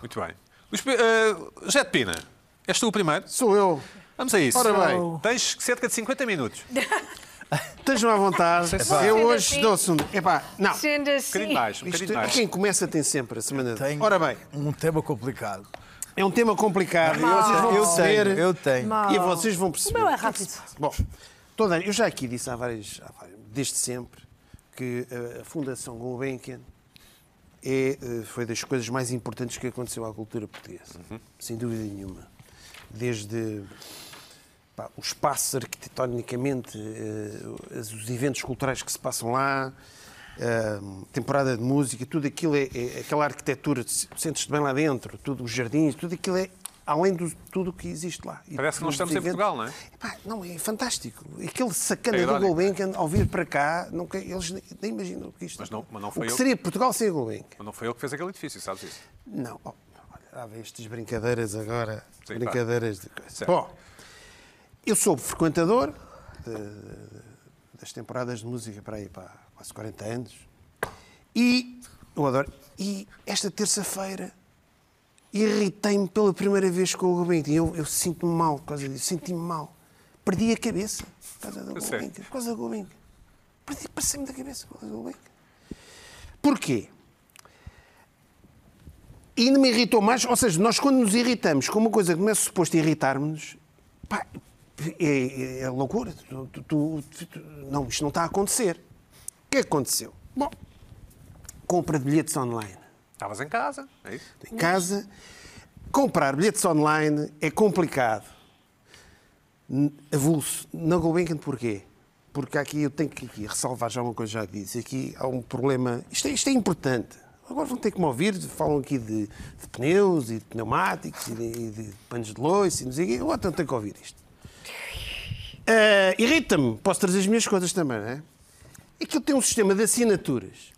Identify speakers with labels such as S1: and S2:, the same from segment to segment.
S1: Muito bem. Luís Pe- eh, José de Pina, és tu o primeiro?
S2: Sou eu.
S1: Vamos a isso.
S2: Ora bem.
S1: Tens cerca de 50 minutos. Um
S2: Estejam à vontade. Eu
S3: Sendo
S2: hoje
S3: assim-
S2: dou-se um. Epá, não.
S3: Sendo assim.
S1: bocadinho mais, um bocadinho
S2: Isto,
S1: mais.
S2: quem começa tem sempre a semana.
S4: Tenho
S2: Ora bem,
S4: um tema complicado.
S2: é um tema complicado. e vocês vão
S4: eu
S2: perceber.
S4: tenho, eu tenho.
S2: E vocês vão perceber.
S5: O meu é rápido.
S2: Bom, toda, eu já aqui disse há várias, há várias- desde sempre, que eh, a Fundação Gulbenkian é, eh, foi das coisas mais importantes que aconteceu à cultura portuguesa,
S4: Uhum.
S2: sem dúvida nenhuma. Desde pá, o espaço arquitetonicamente, eh, os os eventos culturais que se passam lá, eh, temporada de música, tudo aquilo é, é aquela arquitetura, se- sentes-te bem lá dentro, tudo, os jardins, tudo aquilo é além de tudo o que existe lá. E
S1: Parece que não
S2: dos
S1: estamos em
S2: eventos-
S1: Portugal, não é?
S2: Epá, não, é fantástico. Aquele sacana
S1: É
S2: do
S1: irónico,
S2: Gulbenkian, ao vir para cá, nunca, eles nem, nem imaginam o que isto
S1: Mas não- mas não
S2: o
S1: foi
S2: que
S1: eu.
S2: seria Portugal sem a Gulbenkian?
S1: Não foi ele que fez aquele edifício, sabes isso?
S2: Não. Oh, olha, há estas brincadeiras agora.
S1: Sim, pá.
S2: brincadeiras de coisa.
S1: Certo.
S2: Bom, eu sou frequentador de- das temporadas de música para aí para quase 40 anos. E eu adoro. E esta terça-feira irritei-me pela primeira vez com o Gulbenkian. Eu, eu sinto-me mal por causa disso. Senti-me mal. Perdi a cabeça por causa do
S1: sério?
S2: Gulbenkian. Por causa do Gulbenkian. Perdi, passei-me da cabeça por causa do Gulbenkian. Porquê? E ainda me irritou mais, ou seja, nós quando nos irritamos com uma coisa que não é suposto irritar-nos, pá, é, é loucura. Tu- tu- tu- tu- não, isto não está a acontecer. O que é que aconteceu? Bom, compra de bilhetes online
S1: Estavas em casa, é isso?
S2: em casa. Comprar bilhetes online é complicado. N- Avulso. Na Gulbenkian porquê? Porque aqui eu tenho que aqui ressalvar já uma coisa já disse. Aqui há um problema. Isto é, isto é importante. Agora vão ter que me ouvir, falam aqui de, de pneus e de pneumáticos e de, e de panos de loiça e não sei o quê. Eu então tenho que ouvir isto. Ah, Irrita-me. Posso trazer as minhas coisas também, não é? Aquilo tem um sistema de assinaturas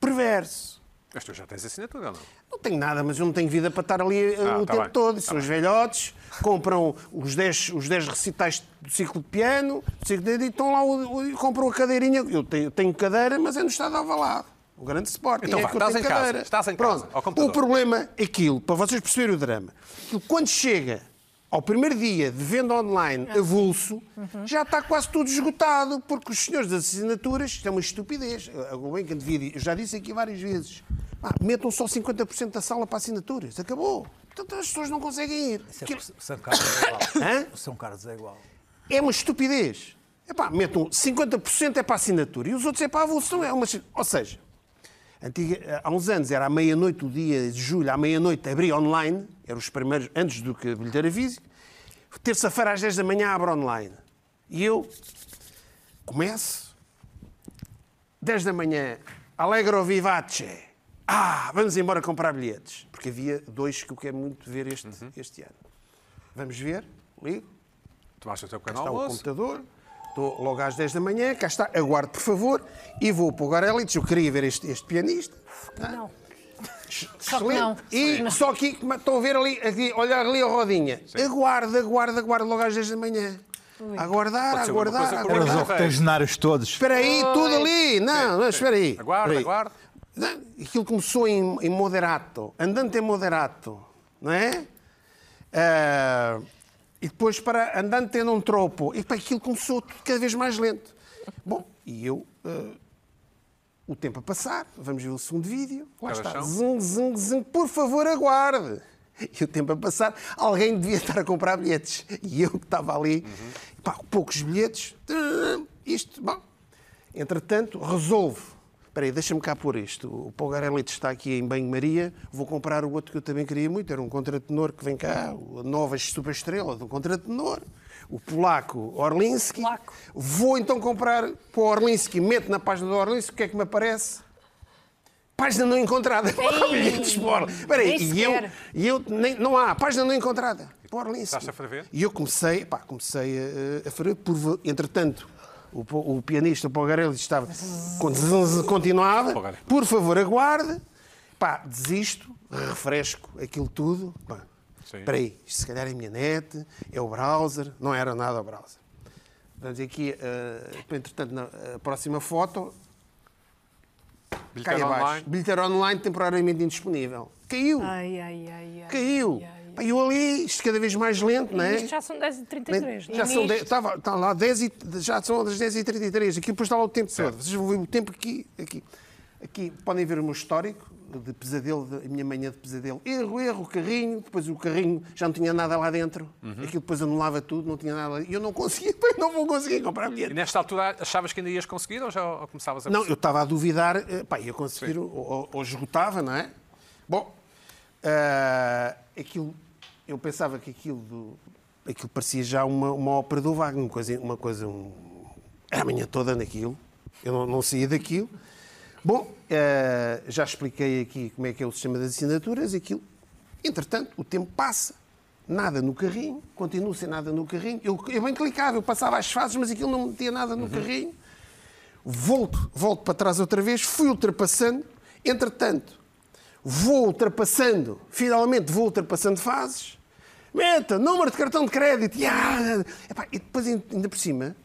S2: perverso.
S1: Mas tu já tens assinatura, ou não?
S2: Não tenho nada, mas eu não tenho vida para estar ali eh,
S1: Ah,
S2: o
S1: tá
S2: tempo
S1: bem.
S2: todo. São os velhotes, compram os 10, os 10 recitais do ciclo de piano, do ciclo de, e estão lá, o, o- e compram a cadeirinha. Eu tenho, eu tenho cadeira, mas é no estado Alvalade. O grande Sporting.
S1: Então
S2: é
S1: vá,
S2: que eu
S1: estás
S2: tenho
S1: em casa,
S2: cadeira.
S1: estás em
S2: Pronto,
S1: casa, ao
S2: O
S1: computador.
S2: problema, é aquilo, para vocês perceberem o drama, aquilo, quando chega ao primeiro dia de venda online avulso, já está quase tudo esgotado, porque os senhores das assinaturas, isto é uma estupidez, a Gulbenkian devia, eu já disse aqui várias vezes, ah, metam só 50% da sala para assinaturas, acabou. Portanto, as pessoas não conseguem ir.
S4: Isso é
S2: Aquilo-
S4: porque São Carlos é igual.
S2: Hã?
S4: O São Carlos é igual.
S2: é uma estupidez. Epá, um, metam 50% é para assinatura e os outros é para a avulsão. É uma... chi- Ou seja, antiga- eh, há uns anos era à meia-noite, o dia de julho, à meia-noite abria online, eram os primeiros, antes do que a bilheteira física. Terça-feira às 10 da manhã abre online. E eu começo, 10 da manhã, Allegro Vivace. Ah, vamos embora comprar bilhetes. Porque havia dois que eu quero muito ver este, este ano. Vamos ver, ligo.
S1: Tomaste o teu
S2: Cá
S1: pequeno
S2: está o
S1: almoço.
S2: computador. Estou logo às 10 da manhã, cá está, aguarde por favor, e vou para o Garelitz, eu queria ver este, este pianista.
S1: né?
S5: Não. que
S2: Excelente.
S5: não.
S2: E só aqui, como estão a ver ali, aqui, olhar ali a rodinha. Aguarde, aguarde, aguarde logo às 10 da manhã. Aguardar,
S1: Pode ser uma coisa
S2: aguardar,
S4: Eram os
S1: curiosa.
S2: aguardar.
S4: octogenários todos.
S2: Espera aí, tudo ali. Não, não, espera aí.
S1: Aguarda,
S2: Espera aí.
S1: aguarda.
S2: Não, Aquilo começou em, em moderato, andante em moderato, não é? Ah, e depois para andante não tropo. E pá, aquilo começou tudo cada vez mais lento. Bom, e eu, ah, o tempo a passar, vamos ver o segundo vídeo. Lá
S1: Cada
S2: está,
S1: chão.
S2: zung, zung, zung, por favor, aguarde. E o tempo a passar, alguém devia estar a comprar bilhetes. E eu que estava ali, pá, com poucos bilhetes, tum, isto, bom. Entretanto, resolvo. Espera aí, deixa-me cá pôr isto. O Pogarelli está aqui em banho-maria. Vou comprar o outro que eu também queria muito. Era um contratenor que vem cá, a nova superestrela do contratenor. O polaco Orlinski.
S5: Polaco.
S2: Vou então comprar para o Orlinski. Meto na página do Orlinski. O que é que me aparece? Página não encontrada. Bilhetes para o Orlinski. Espera aí,
S5: nem
S2: e eu,
S5: sequer.
S2: e eu nem- não há. Página não encontrada. Para o Orlinski.
S1: Estás a ferver?
S2: E eu comecei, pá, comecei eh, a, a ferver. Por, va- entretanto, o, po- o pianista Pogarelli estava. con- zzz, Continuava.
S1: Pogarelli.
S2: Por favor, aguarde. Pá, desisto, refresco aquilo tudo. Pá,
S1: Sim.
S2: espera aí, isto se calhar é a minha net, é o browser. Não era nada o browser. Vamos aqui, eh, entretanto, na a próxima foto,
S1: Bilheteiro
S2: Cai abaixo.
S1: online.
S2: Bilheteiro online temporariamente indisponível. Caiu.
S5: Ai, ai, ai, ai.
S2: Caiu.
S5: ai, ai.
S2: Pá, eu ali, isto cada vez mais lento, não é?
S3: Isto já são 10 e é? 33
S5: é?
S2: Já são 10, estava, está lá 10 e, já são as 10h33, aqui depois está lá o tempo todo. Vocês vão ver o tempo aqui, aqui. Aqui podem ver o meu histórico de pesadelo, da- a minha manhã de pesadelo. Erro, erro, carrinho, depois o carrinho já não tinha nada lá dentro. Aquilo depois anulava tudo, não tinha nada. E eu não conseguia, não vou conseguir comprar bilhete.
S1: E nesta altura achavas que ainda ias conseguir ou já ou começavas a
S2: Não, eu estava a duvidar, eh, pá, ia conseguir, ou, ou- ou esgotava, não é? Bom, ah, aquilo, eu pensava que aquilo, do, aquilo parecia já uma, uma ópera do Wagner, uma coisa, uma coisa um, era a manhã toda naquilo, eu não, não saía daquilo. Bom, ah, já expliquei aqui como é que é o sistema das assinaturas, aquilo. Entretanto, o tempo passa, nada no carrinho, continuo sem nada no carrinho. Eu, eu bem clicava, eu passava as fases, mas aquilo não metia nada no carrinho volto, volto para trás outra vez, fui ultrapassando, entretanto, vou ultrapassando, finalmente vou ultrapassando fases, meta, número de cartão de crédito, e, ah, epá, e depois ainda por cima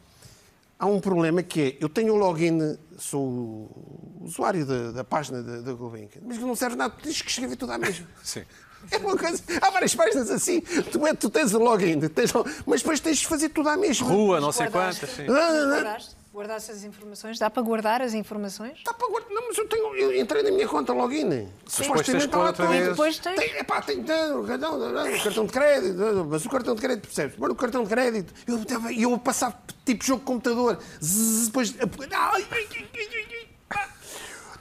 S2: há um problema que é, eu tenho o login, sou o usuário da, da página da, da Gulbenkian, mas não serve nada, tens que escrever tudo à mesma.
S1: Sim.
S2: É uma coisa, há várias páginas assim, tu, é- tu tens o login, tens, o- mas depois tens de fazer tudo à mesma.
S1: Rua, não sei quantas. Sim.
S2: Ah,
S5: Guardaste? Guardaste as informações? Dá para guardar as informações?
S2: Está para guardar. Tá, Não, mas eu, tenho, eu entrei na minha conta login.
S1: tens que pôr outra
S2: tudo.
S1: vez. E
S5: depois tens?
S2: Tem, epá, tem tem o cartão, o cartão de crédito. Mas o cartão de crédito, percebes? Mas o cartão de crédito. Eu, tava- eu passava tipo jogo de computador. Zzz, Depois. Ai, ai, ai, ai, ai, ai.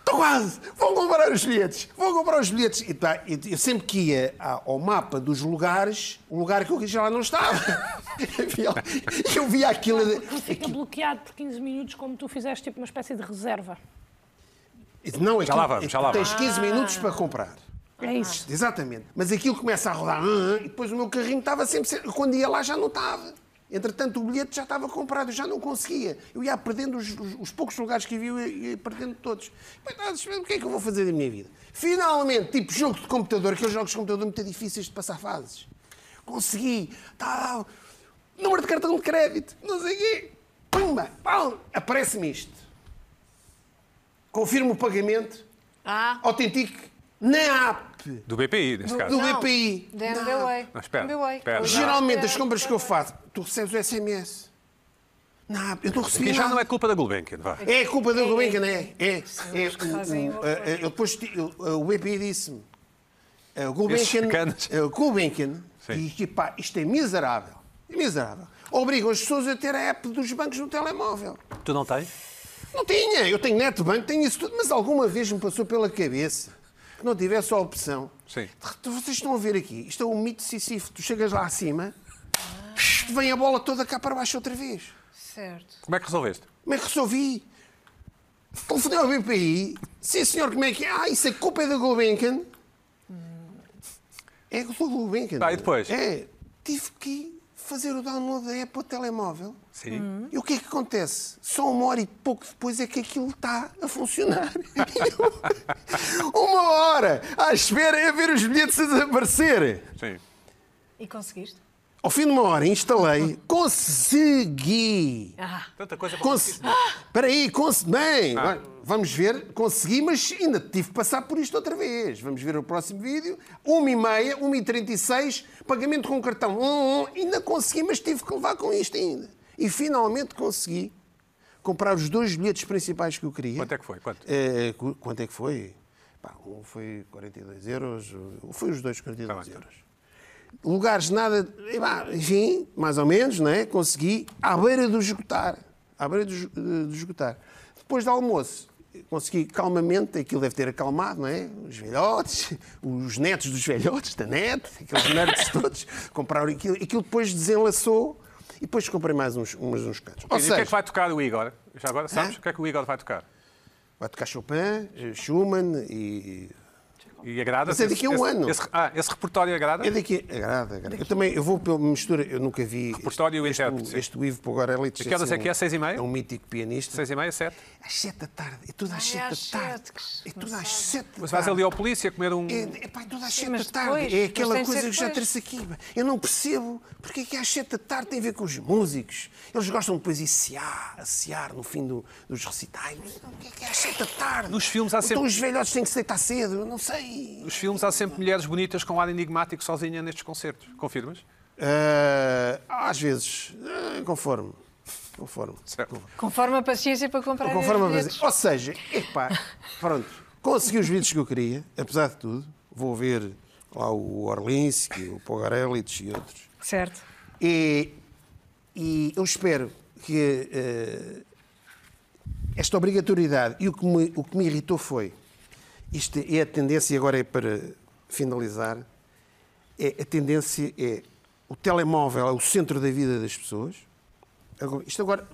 S2: Estou quase! Vou comprar os bilhetes! Vou comprar os bilhetes! E, pá, e eu sempre que ia a- ao mapa dos lugares, o lugar que eu quis já lá não estava. eu via aquilo. a-
S3: Fica bloqueado por 15 minutos, como tu fizeste, tipo uma espécie de reserva.
S2: Não,
S1: Já lá vamos, já lá
S2: Tens 15 minutos para comprar. Ah.
S3: É isso.
S2: Exatamente. Mas aquilo começa a rodar. ah, ah, E depois o meu carrinho estava sempre. sem- Quando ia lá já não estava. Entretanto, o bilhete já estava comprado, eu já não conseguia. Eu ia perdendo os, os- os poucos lugares que havia, eu ia, ia perdendo todos. Mas estás a saber o que é que eu vou fazer da minha vida? Finalmente, tipo jogo de computador, aqueles jogos de computador muito difíceis de passar fases. Consegui. Tal. Número de cartão de crédito. Não sei o quê. Pumba! pau, Aparece-me isto. Confirmo o pagamento.
S5: Ah,
S2: Autentico. Na app
S1: Do BPI, neste caso.
S2: do
S5: Não.
S2: BPI.
S5: da MBWay.
S1: Não, espera,
S5: MBWay.
S1: espera, não.
S2: Geralmente
S5: é.
S2: as compras que eu faço, tu recebes o SMS. Não, eu não recebi
S1: E já
S2: nada.
S1: não é culpa da Gulbenkian, vá.
S2: É a culpa do Gulbenkian, não é? É. é,
S5: que fazem
S2: o- o-
S5: horrores.
S2: eh, eu depois, ti- eu- eh, o BPI disse-me, eh, o
S1: Esses
S2: Gulbenkian,
S1: canos.
S2: eh, o Gulbenkian,
S1: Sim.
S2: e que pá, isto é miserável, é miserável. Obrigam as pessoas a ter a app dos bancos no telemóvel.
S1: Tu não tens?
S2: Não tinha, eu tenho netbank, tenho isso tudo, mas alguma vez me passou pela cabeça que não tivesse a opção.
S1: Sim.
S2: De- Vocês estão a ver aqui, isto é um mito Sísifo, tu chegas lá acima, vem a bola toda cá para baixo outra vez.
S5: Certo.
S1: Como é que resolveste?
S2: Como é que resolvi? Telefonei ao BPI, sim senhor, como é que é? Ah, isso a culpa é da Gulbenkian. É do Gulbenkian.
S1: Pá, e depois?
S2: É, tive que fazer o download da app para o telemóvel.
S1: Sim.
S2: E o que é que acontece? Só uma hora e pouco depois é que aquilo está a funcionar. uma hora à espera é ver os bilhetes a desaparecer.
S1: Sim.
S5: E conseguiste?
S2: Ao fim de uma hora instalei, consegui.
S5: Ah,
S1: Tanta coisa para
S2: Consegui. Ah! Espera aí, consegui.
S1: Ah.
S2: Bem, vai- vamos ver, consegui, mas ainda tive que passar por isto outra vez. Vamos ver o próximo vídeo. 1h30, 1h36, pagamento com cartão. Hum, hum, ainda consegui, mas tive que levar com isto ainda. E finalmente consegui comprar os dois bilhetes principais que eu queria.
S1: Quanto é que foi? Quanto?
S2: É, cu- quanto é que foi? Pá, um foi 42 euros, o- foi os dois 42
S1: Tá bem.
S2: euros. Lugares nada, e pá, enfim, mais ou menos, não é? Consegui, à beira do esgotar. À beira do, es- do esgotar. Depois do almoço, consegui calmamente, aquilo deve ter acalmado, não é? Os velhotes, os netos dos velhotes, da net, aqueles nerds todos, compraram aquilo. Aquilo depois desenlaçou e depois comprei mais uns, uns, uns cantos.
S1: E o
S2: Ou
S1: que é
S2: seja,
S1: que vai tocar o Igor? Já agora sabes
S2: Hã?
S1: o que é que o Igor vai tocar?
S2: vai tocar Chopin, eh, Schumann e
S1: E agrada?
S2: Mas é daqui a um ano.
S1: Esse, ah, esse repertório agrada?
S2: É daqui. Agrada, agrada. Eu também eu vou pela mistura, eu nunca vi.
S1: Repertório e
S2: este,
S1: intérprete,
S2: este,
S1: sim.
S2: este Ivo Pogorelli.
S1: Que horas é que é? Seis e meia?
S2: É um mítico pianista.
S1: Seis e meia, sete.
S2: Às sete da tarde. É tudo às
S5: Ai,
S2: sete da
S5: às
S2: tarde.
S5: sete,
S2: É tudo às sete da tarde.
S1: Mas vais ali ao polícia comer um...
S2: Ah. É, é, pá, é tudo às sete da
S5: mas
S2: tarde.
S5: depois,
S2: é
S5: mas
S2: aquela
S5: tem de
S2: coisa que
S5: ser
S2: eu já
S5: depois.
S2: trouxe aqui. Eu não percebo porque é que às sete da tarde tem a ver com os músicos. Eles gostam depois de sear, assear no fim do- dos recitais. Mas não, Porque é que é às sete da tarde?
S1: Nos filmes há
S2: Então
S1: sempre-
S2: os velhotes têm que se deitar cedo. Eu não sei.
S1: Os filmes há sempre mulheres bonitas com ar enigmático sozinha nestes concertos. Confirmas?
S2: Eh, às vezes, eh, conforme. Conforme.
S1: Certo.
S5: Conforme a paciência para comprar
S2: Conforme a
S5: os bilhetes.
S2: vez. Ou seja, epá, pronto, consegui os vídeos que eu queria, apesar de tudo. Vou ver lá o Orlinski, o Pogarelic e outros.
S5: Certo.
S2: E, e eu espero que eh, esta obrigatoriedade, e o que, me, o que me irritou foi, isto é a tendência, e agora é para finalizar, é, a tendência é o telemóvel é o centro da vida das pessoas. Agora- isto agora.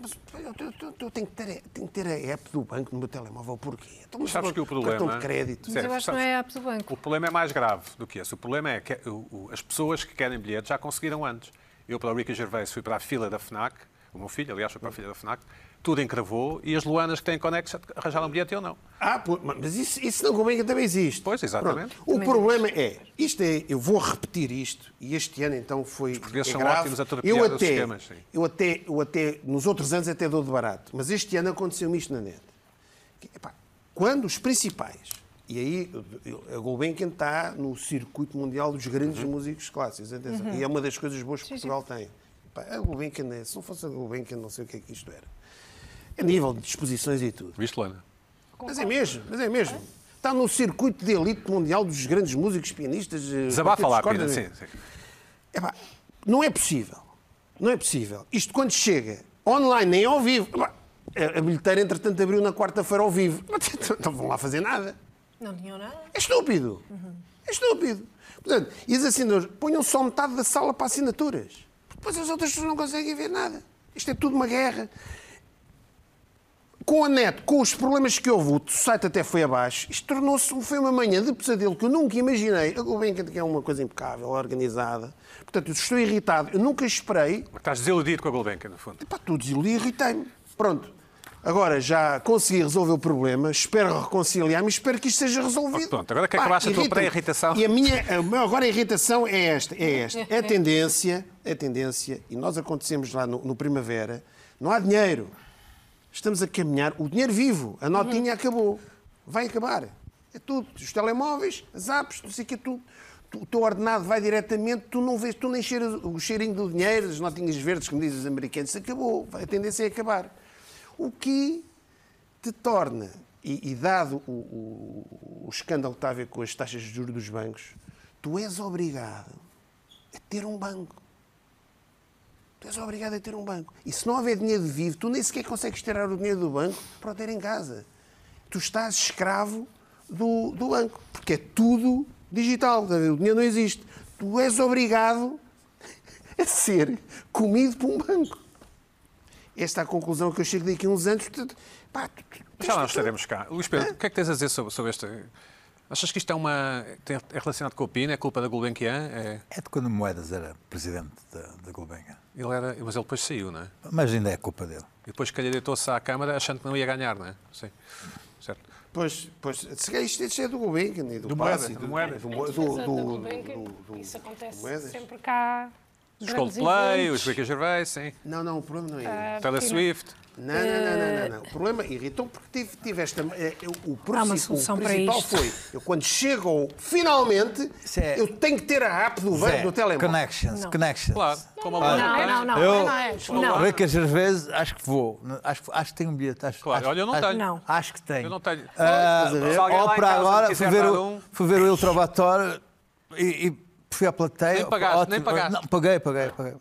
S2: mas Eu, eu- eu- eu tenho, que ter, a- tenho que ter a app do banco no meu telemóvel, porquê? Então, mas
S1: Sabes que o
S2: Cartão
S1: problema.
S2: de crédito.
S5: Mas eu acho que não é a app do banco.
S1: O problema é mais grave do que esse. O problema é que o- o- as pessoas que querem bilhetes já conseguiram antes. Eu, para o Ricky Gervais, fui para a fila da FNAC, o meu filho, aliás, foi para a fila da FNAC, tudo encravou e as Luanas que têm Conex arranjaram um bilhete e eu não.
S2: Ah, pô, mas isso, isso não convém que também existe.
S1: Pois, exatamente.
S2: Pronto. O problema é, isto é, eu vou repetir isto, e este ano então foi. Os
S1: portugueses
S2: é
S1: são
S2: grave.
S1: ótimos a
S2: eu
S1: torpedear os
S2: até,
S1: esquemas, sim.
S2: eu até, eu até, nos outros anos até dou de barato, mas este ano aconteceu-me isto na net. Que, epá, quando os principais, e aí eu- eu- a Gulbenkian está no circuito mundial dos grandes
S1: Uhum.
S2: músicos clássicos, atenção, e é uma das coisas boas que Portugal tem. Epá, a Gulbenkian, é- se não fosse a Gulbenkian, não sei o que é que isto era. A nível de exposições e tudo.
S1: Viste, Luana?
S2: Mas é mesmo, mas é mesmo. Está no circuito de elite mundial dos grandes músicos, pianistas. eh,
S1: Desabafa
S2: quartetos
S1: lá,
S2: de corda,
S1: Pina.
S2: né?
S1: Sim, sim.
S2: Epá, não é possível. Não é possível. Isto quando chega online, nem ao vivo. Epá, a a bilheteira, entretanto, abriu na quarta-feira ao vivo. Mas Não vão lá fazer nada.
S5: Não tinham nada.
S2: É estúpido. É estúpido. Portanto, e os assinadores ponham só metade da sala para assinaturas. Porque Depois as outras pessoas não conseguem ver nada. Isto é tudo uma guerra. Com a net, com os problemas que houve, o site até foi abaixo, isto tornou-se foi uma manhã de pesadelo que eu nunca imaginei. A Gulbenkian que é uma coisa impecável, organizada. Portanto, eu estou irritado. Eu nunca esperei
S1: Estás desiludido com a Gulbenkian, no fundo.
S2: Pá, tudo desiludido, irritei-me. Pronto. Agora já consegui resolver o problema, espero reconciliar-me, espero que isto seja resolvido.
S1: Oh, Pronto, agora que acabaste a tua
S2: irrita-me.
S1: pré-irritação.
S2: E a minha, a minha agora a irritação é esta, é esta. É a tendência, é a tendência, e nós acontecemos lá no, no Primavera, não há dinheiro. Estamos a caminhar, o dinheiro vivo, a notinha acabou. Vai acabar. É tudo. Os telemóveis, as apps, não sei o que, tu, tu, o teu ordenado vai diretamente, tu não vês, tu nem cheiras o cheirinho do dinheiro, as notinhas verdes, como dizem os americanos, acabou. A tendência é acabar. O que te torna, e, e dado o, o- o escândalo que está a ver com as taxas de juros dos bancos, tu és obrigado a ter um banco. Tu és obrigado a ter um banco. E se não houver dinheiro vivo, tu nem sequer consegues tirar o dinheiro do banco para o ter em casa. Tu estás escravo do, do banco, porque é tudo digital, tá a ver? o dinheiro não existe. Tu és obrigado a ser comido por um banco. Esta é a conclusão que eu chego daqui a uns anos. Portanto, pá, tu- tu-
S1: Já lá
S2: tu-
S1: estaremos cá. Luís Pedro, o que é que tens a dizer sobre, sobre este. Achas que isto é uma. tem- É relacionado com o Pina? É culpa da Gulbenkian? É...
S4: É de quando o Moedas era presidente da, da Gulbenkian.
S1: Ele era... Mas ele depois saiu, não é?
S4: Mas ainda é culpa dele.
S1: E depois, se calhar, deitou-se à Câmara achando que não ia ganhar, não é? Sim. Certo.
S2: Pois, pois, se calhar isto, isto é do Gulbenkian e do,
S1: Do
S2: Passo
S1: Moedas,
S2: e
S1: do Moedas.
S2: do,
S3: Em
S2: Mo- do,
S3: defesa da
S2: do,
S3: Gulbenkian,
S2: do- do-
S3: Isso acontece
S2: Moedas.
S3: sempre cá.
S1: Os
S3: grandes
S1: Coldplay,
S3: eventos.
S1: os Ricky Gervais, sim.
S2: Não, não, o problema não é esse.
S1: Taylor
S3: Pina.
S1: Swift.
S2: Não, não, não, não, não, não. O problema irritou porque tive, tive esta. eh, eu- O,
S5: Há uma
S2: princi-
S5: solução
S2: o
S5: para
S2: principal
S5: isto.
S2: foi. Eu, quando chego ao- finalmente,
S4: Isso é-
S2: eu tenho que ter a app do banco
S4: Zé,
S2: do telemóvel.
S4: Connections,
S5: Não.
S4: connections.
S1: Claro, como a
S5: Não,
S1: Luana.
S5: não, não, não.
S4: Eu-
S5: não é.
S4: Não.
S5: Não.
S4: Rica Gervais, acho que vou. Acho, que- acho que tenho um bilhete. Acho,
S1: Claro,
S4: acho-
S1: olha, eu não
S4: acho-
S1: tenho.
S5: Não.
S4: Acho que tenho.
S1: Eu não tenho.
S4: Ah,
S1: Pois, mas se alguém lá
S4: ou
S1: em
S4: para
S1: casa me
S4: agora, fui
S1: quiser
S4: ver,
S1: dar
S4: o,
S1: um-
S4: fui ver o El Trovatore e, e fui à plateia.
S1: Nem pagaste,
S4: Ótimo.
S1: nem pagaste.
S4: Não, paguei, paguei, paguei.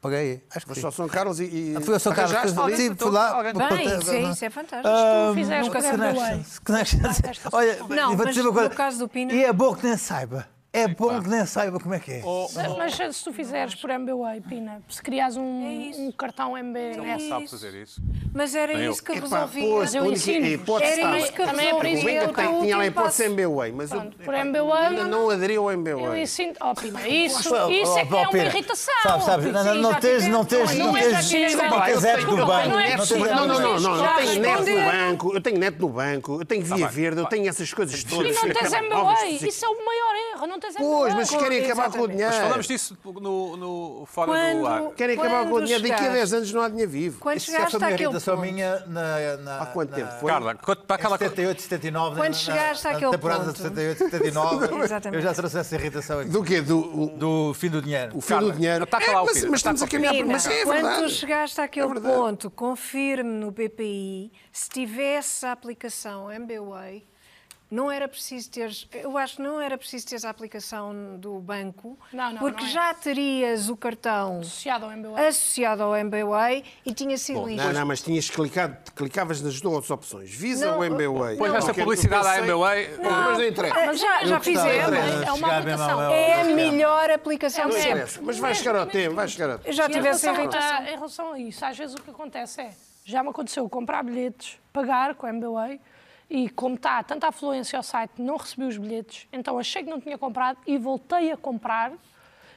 S4: Paguei, acho que
S2: Mas
S4: sim.
S2: só São Carlos e. e...
S4: Ah, Fui ao São Carlos,
S2: arranjaste
S4: fui-
S2: ali?
S4: sim, fui lá.
S1: Alguém-
S4: para a
S5: Bem,
S4: plateia,
S5: isso é,
S4: não é?
S5: isso é fantástico.
S1: Ah.
S3: Tu fizeste
S5: nunca
S3: o
S5: se
S3: grande
S5: nasce.
S3: lei.
S4: Connections, connections. Olha,
S5: Não,
S4: e vou-te
S5: mas
S4: dizer uma coisa.
S5: no caso do Pina-
S4: E é bom que nem saiba. É bom que nem saiba como é que é.
S1: Oh,
S3: Mas mas se tu fizeres por MBWay, Pina, se criares um,
S4: É
S5: isso.
S3: um cartão
S1: Não
S3: MBS.
S1: sabe fazer isso.
S5: Mas era
S1: eu.
S5: isso que
S2: Epá,
S5: resolvia.
S2: pois,
S3: eu
S2: onde-
S3: ensino.
S2: a hipótese
S5: Era
S2: estava.
S5: isso que
S3: Também é por isso que
S5: resolvia
S3: eu
S5: o
S2: Gulbenkian
S5: teu
S2: tem- tinha lá a
S5: último
S2: hipótese
S5: passo.
S2: MBWay, mas eu,
S3: Pronto, por
S2: epá,
S3: MBWay,
S2: ainda não aderi ao
S3: Eu
S2: MBWay.
S3: ensino. Oh, Pina, isso, isso é que
S4: Oh,
S3: é uma
S4: Pina,
S3: irritação.
S4: Sabes, sabes, não, não,
S5: Sim,
S4: não
S5: já
S4: tens,
S5: tive-
S4: não tens,
S5: Não,
S4: não
S3: é,
S5: eu já
S4: tens,
S5: tive-
S4: não
S5: Desculpa,
S4: tens
S5: eu
S4: apps do
S5: tenho-
S4: banco.
S5: não é
S4: tens
S5: possível.
S4: apps
S2: Não,
S4: do
S2: não, não, não,
S5: Já
S2: não tenho net no
S5: responderam.
S2: banco, eu tenho net no banco, eu tenho
S1: Tá
S2: via verde, eu tenho essas coisas todas.
S3: E não tens
S2: Telemóveis,
S3: MBWay. Isso é o maior erro. Não tens MBWay.
S2: Pois, mas querem acabar com o
S5: Exatamente.
S2: dinheiro.
S1: Mas falamos disso no, no- fora do
S5: Quando-
S1: ar.
S2: Querem acabar com o
S5: Quando
S2: dinheiro. Daqui a
S5: chegares-
S2: 10 anos não há dinheiro vivo.
S5: Quando
S4: Isso é
S5: chegaste
S4: sobre
S5: àquele
S4: irritação. participação
S5: pontos.
S4: minha na. na
S2: Há quanto
S4: na-
S2: tempo foi?
S1: Carla, quanto- para
S4: Em
S1: aquela
S4: 78, 79,
S5: Quando
S4: na-
S5: chegaste
S4: na,
S5: àquele
S4: na temporada
S5: ponto.
S4: de 78, 79, eu
S5: Exatamente.
S4: já trouxe essa irritação aqui.
S2: Do quê? Do o-
S4: Do fim do dinheiro.
S2: o fim do dinheiro? É,
S1: ataca lá o
S2: mas,
S1: Pires,
S2: mas estamos a
S1: ataca o
S2: caminhar...
S5: Pina,
S2: Mas é
S5: quando tu
S2: verdade.
S5: chegaste
S2: É
S5: àquele
S2: verdade.
S5: ponto, confirme no BPI, se tivesse a aplicação MBWay, não era preciso teres, eu acho que não era preciso teres a aplicação do banco,
S3: Não, não,
S5: porque
S3: não é.
S5: já terias o cartão
S3: Associado ao MBA.
S5: associado ao MBWay e tinha sido
S2: Não,
S5: ligeiro.
S2: não, mas tinhas clicado, clicavas nas duas opções. Visa
S5: Não,
S2: ou MBWay?
S1: Pois
S2: Não,
S1: essa
S2: porque eu
S1: publicidade à
S2: pensei-
S1: MBWay.
S2: Mas não interessa.
S5: Ah, Mas já, já fizemos.
S4: interessa.
S3: É uma
S4: Chegar mesmo
S3: aplicação.
S4: ao-
S5: É a melhor aplicação de
S2: Não
S5: sempre.
S2: interessa. Mas vai chegar ao tempo, vai chegar ao tempo.
S5: Eu já
S3: Em
S5: tive essa
S3: relação,
S5: irritação.
S3: a, em relação a isso, às vezes o que acontece é, já me aconteceu comprar bilhetes, pagar com a MBWay, e como está tanta afluência ao site, não recebi os bilhetes, então achei que não tinha comprado e voltei a comprar,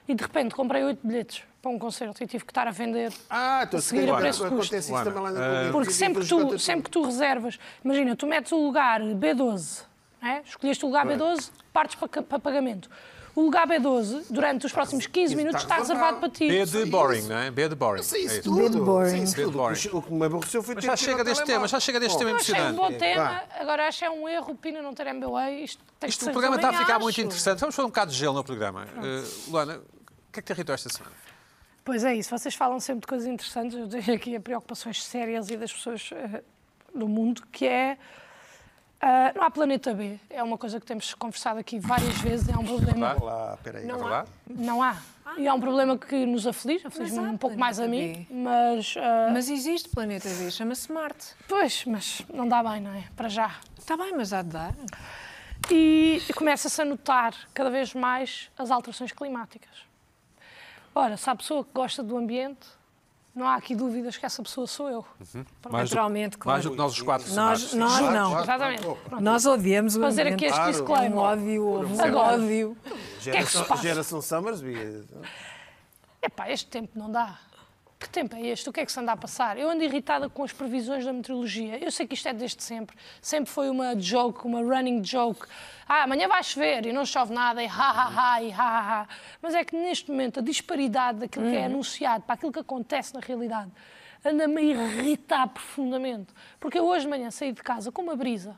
S3: e de repente comprei oito bilhetes para um concerto e tive que estar a vender.
S2: Ah, então se
S3: Seguir a
S2: calhar
S3: preço de
S2: acontece
S3: custo.
S2: isso
S1: Luana,
S2: também lá na
S1: É.
S3: Porque sempre que, tu, sempre que tu reservas, imagina, tu metes o lugar B12, não é? escolheste o lugar B12, partes para, ca- para pagamento. O lugar B12, durante os próximos 15 minutos,
S2: está
S3: está reservado para ti.
S1: tá B de boring, não é? B de boring.
S2: Sei
S1: É
S2: isso
S1: isso.
S2: tudo.
S5: boring.
S2: Sei isso
S1: Bit
S2: tudo.
S1: boring.
S2: O que me aborreceu foi
S1: Mas
S2: ter
S1: já
S2: que ir
S1: chega
S2: ao
S1: deste
S2: telemóvel.
S1: tema, já chega deste
S2: Oh,
S1: tema
S3: Eu achei um
S1: emocionante.
S3: bom tema,
S2: Vá.
S3: agora acho que é um erro, Pina, não ter MBA. Isto tem que
S1: Isto,
S3: ser
S1: o programa está a
S3: resolvido.
S1: ficar
S5: acho.
S1: muito interessante. Vamos pôr um bocado de gelo no programa. Eh, Luana, o que é que te irritou esta semana?
S3: Pois é isso, vocês falam sempre de coisas interessantes, eu tenho aqui a preocupações sérias e das pessoas eh, do mundo, que é... ah, não há planeta B, é uma coisa que temos conversado aqui várias vezes, é um problema...
S1: verdade.
S2: Lá, peraí.
S1: é verdade?
S3: Não há. E é um problema que nos aflige, aflige
S5: há
S3: um pouco mais a
S5: planeta
S3: mim, mas... ah,
S5: Mas existe planeta B, chama-se Marte.
S3: Pois, mas não dá bem, não é? Para já.
S5: Está Tá bem, mas há de dar.
S3: e começa-se a notar cada vez mais as alterações climáticas. Ora, se há pessoa que gosta do ambiente, não há aqui dúvidas que essa pessoa sou eu.
S1: Mais do-
S5: Naturalmente, claro.
S1: Mais do que nós os quatro.
S5: Nós,
S1: somados.
S5: nós
S2: Claro,
S5: não.
S2: Uhum. claro.
S3: Exatamente.
S5: Nós odiamos o
S3: Fazer
S5: ambiente.
S3: aqui este
S2: Claro.
S5: É um
S3: disclaimer.
S5: ódio, houve um
S3: Agora.
S5: ódio.
S3: que é que se
S2: Geração,
S3: passa?
S2: geração Summersby.
S3: Epá, este tempo não dá. Que tempo é este? O que é que se anda a passar? Eu ando irritada com as previsões da meteorologia. Eu sei que isto é desde sempre. Sempre foi uma joke, uma running joke. Ah, amanhã vai chover e não chove nada, e ha, ha, ha, e ha, ha, ha. Mas é que neste momento a disparidade daquilo que é anunciado para aquilo que acontece na realidade anda-me a irritar profundamente. Porque eu hoje de manhã saí de casa com uma brisa,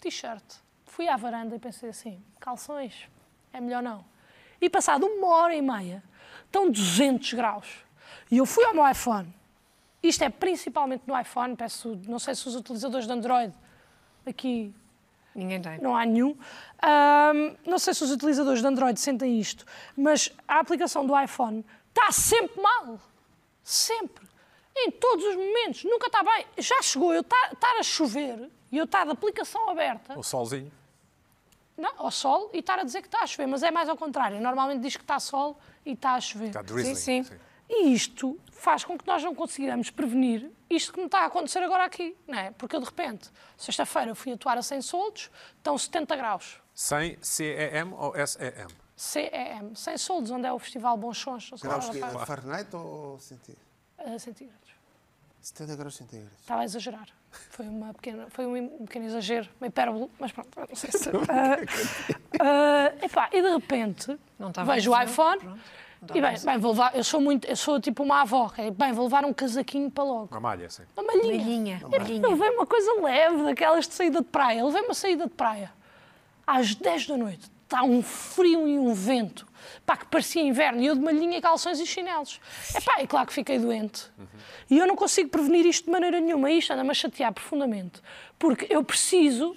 S3: t-shirt. Fui à varanda e pensei assim: calções, é melhor não. E passado uma hora e meia, estão 200 graus. E eu fui ao meu iPhone. Isto é principalmente no iPhone, peço, não sei se os utilizadores de Android aqui
S5: Ninguém tem.
S3: não há nenhum. Ahm, não sei se os utilizadores de Android sentem isto, mas a aplicação do iPhone está sempre mal. Sempre. Em todos os momentos. Nunca está bem. Já chegou eu tá- estar a chover e eu estar de aplicação aberta
S1: O solzinho.
S3: não, ao sol e estar a dizer que está a chover. Mas é mais ao contrário. Normalmente diz que está sol e está a chover.
S1: Está drizzling.
S5: sim.
S3: E isto faz com que nós não consigamos prevenir isto que me está a acontecer agora aqui, não é? Porque eu, de repente, sexta-feira fui atuar a 100 soldos, estão 70 graus.
S1: Sem CEM ou SEM?
S3: CEM, 100 soldos, onde é o Festival Bons Sons. não sei
S2: Graus
S3: lá,
S2: que-
S3: lá,
S2: Fahrenheit ou centígrados?
S3: lá, a centígrados.
S2: 70 graus centígrados.
S3: Estava a exagerar. Foi, uma pequena, foi um, um pequeno exagero, uma hipérbole, mas pronto, não sei se. Ah, ah, epá, e de repente,
S5: Não estava
S3: vejo
S5: a
S3: o
S5: dizer,
S3: iPhone
S5: pronto.
S3: e bem, bem, vou levar, eu sou muito, eu sou tipo uma avó, que é, bem, vou levar um casaquinho para logo.
S1: Uma malha, sim.
S3: Uma malhinha.
S5: Malhinha,
S3: Eu
S5: malhinha.
S3: levei uma coisa leve, daquelas de saída de praia. Eu Levei uma saída de praia. Às 10 da noite, está um frio e um vento. Pá, que parecia inverno. E eu de malhinha, calções e chinelos. É pá, é claro que fiquei doente. E eu não consigo prevenir isto de maneira nenhuma. Isto anda-me a chatear profundamente. Porque eu preciso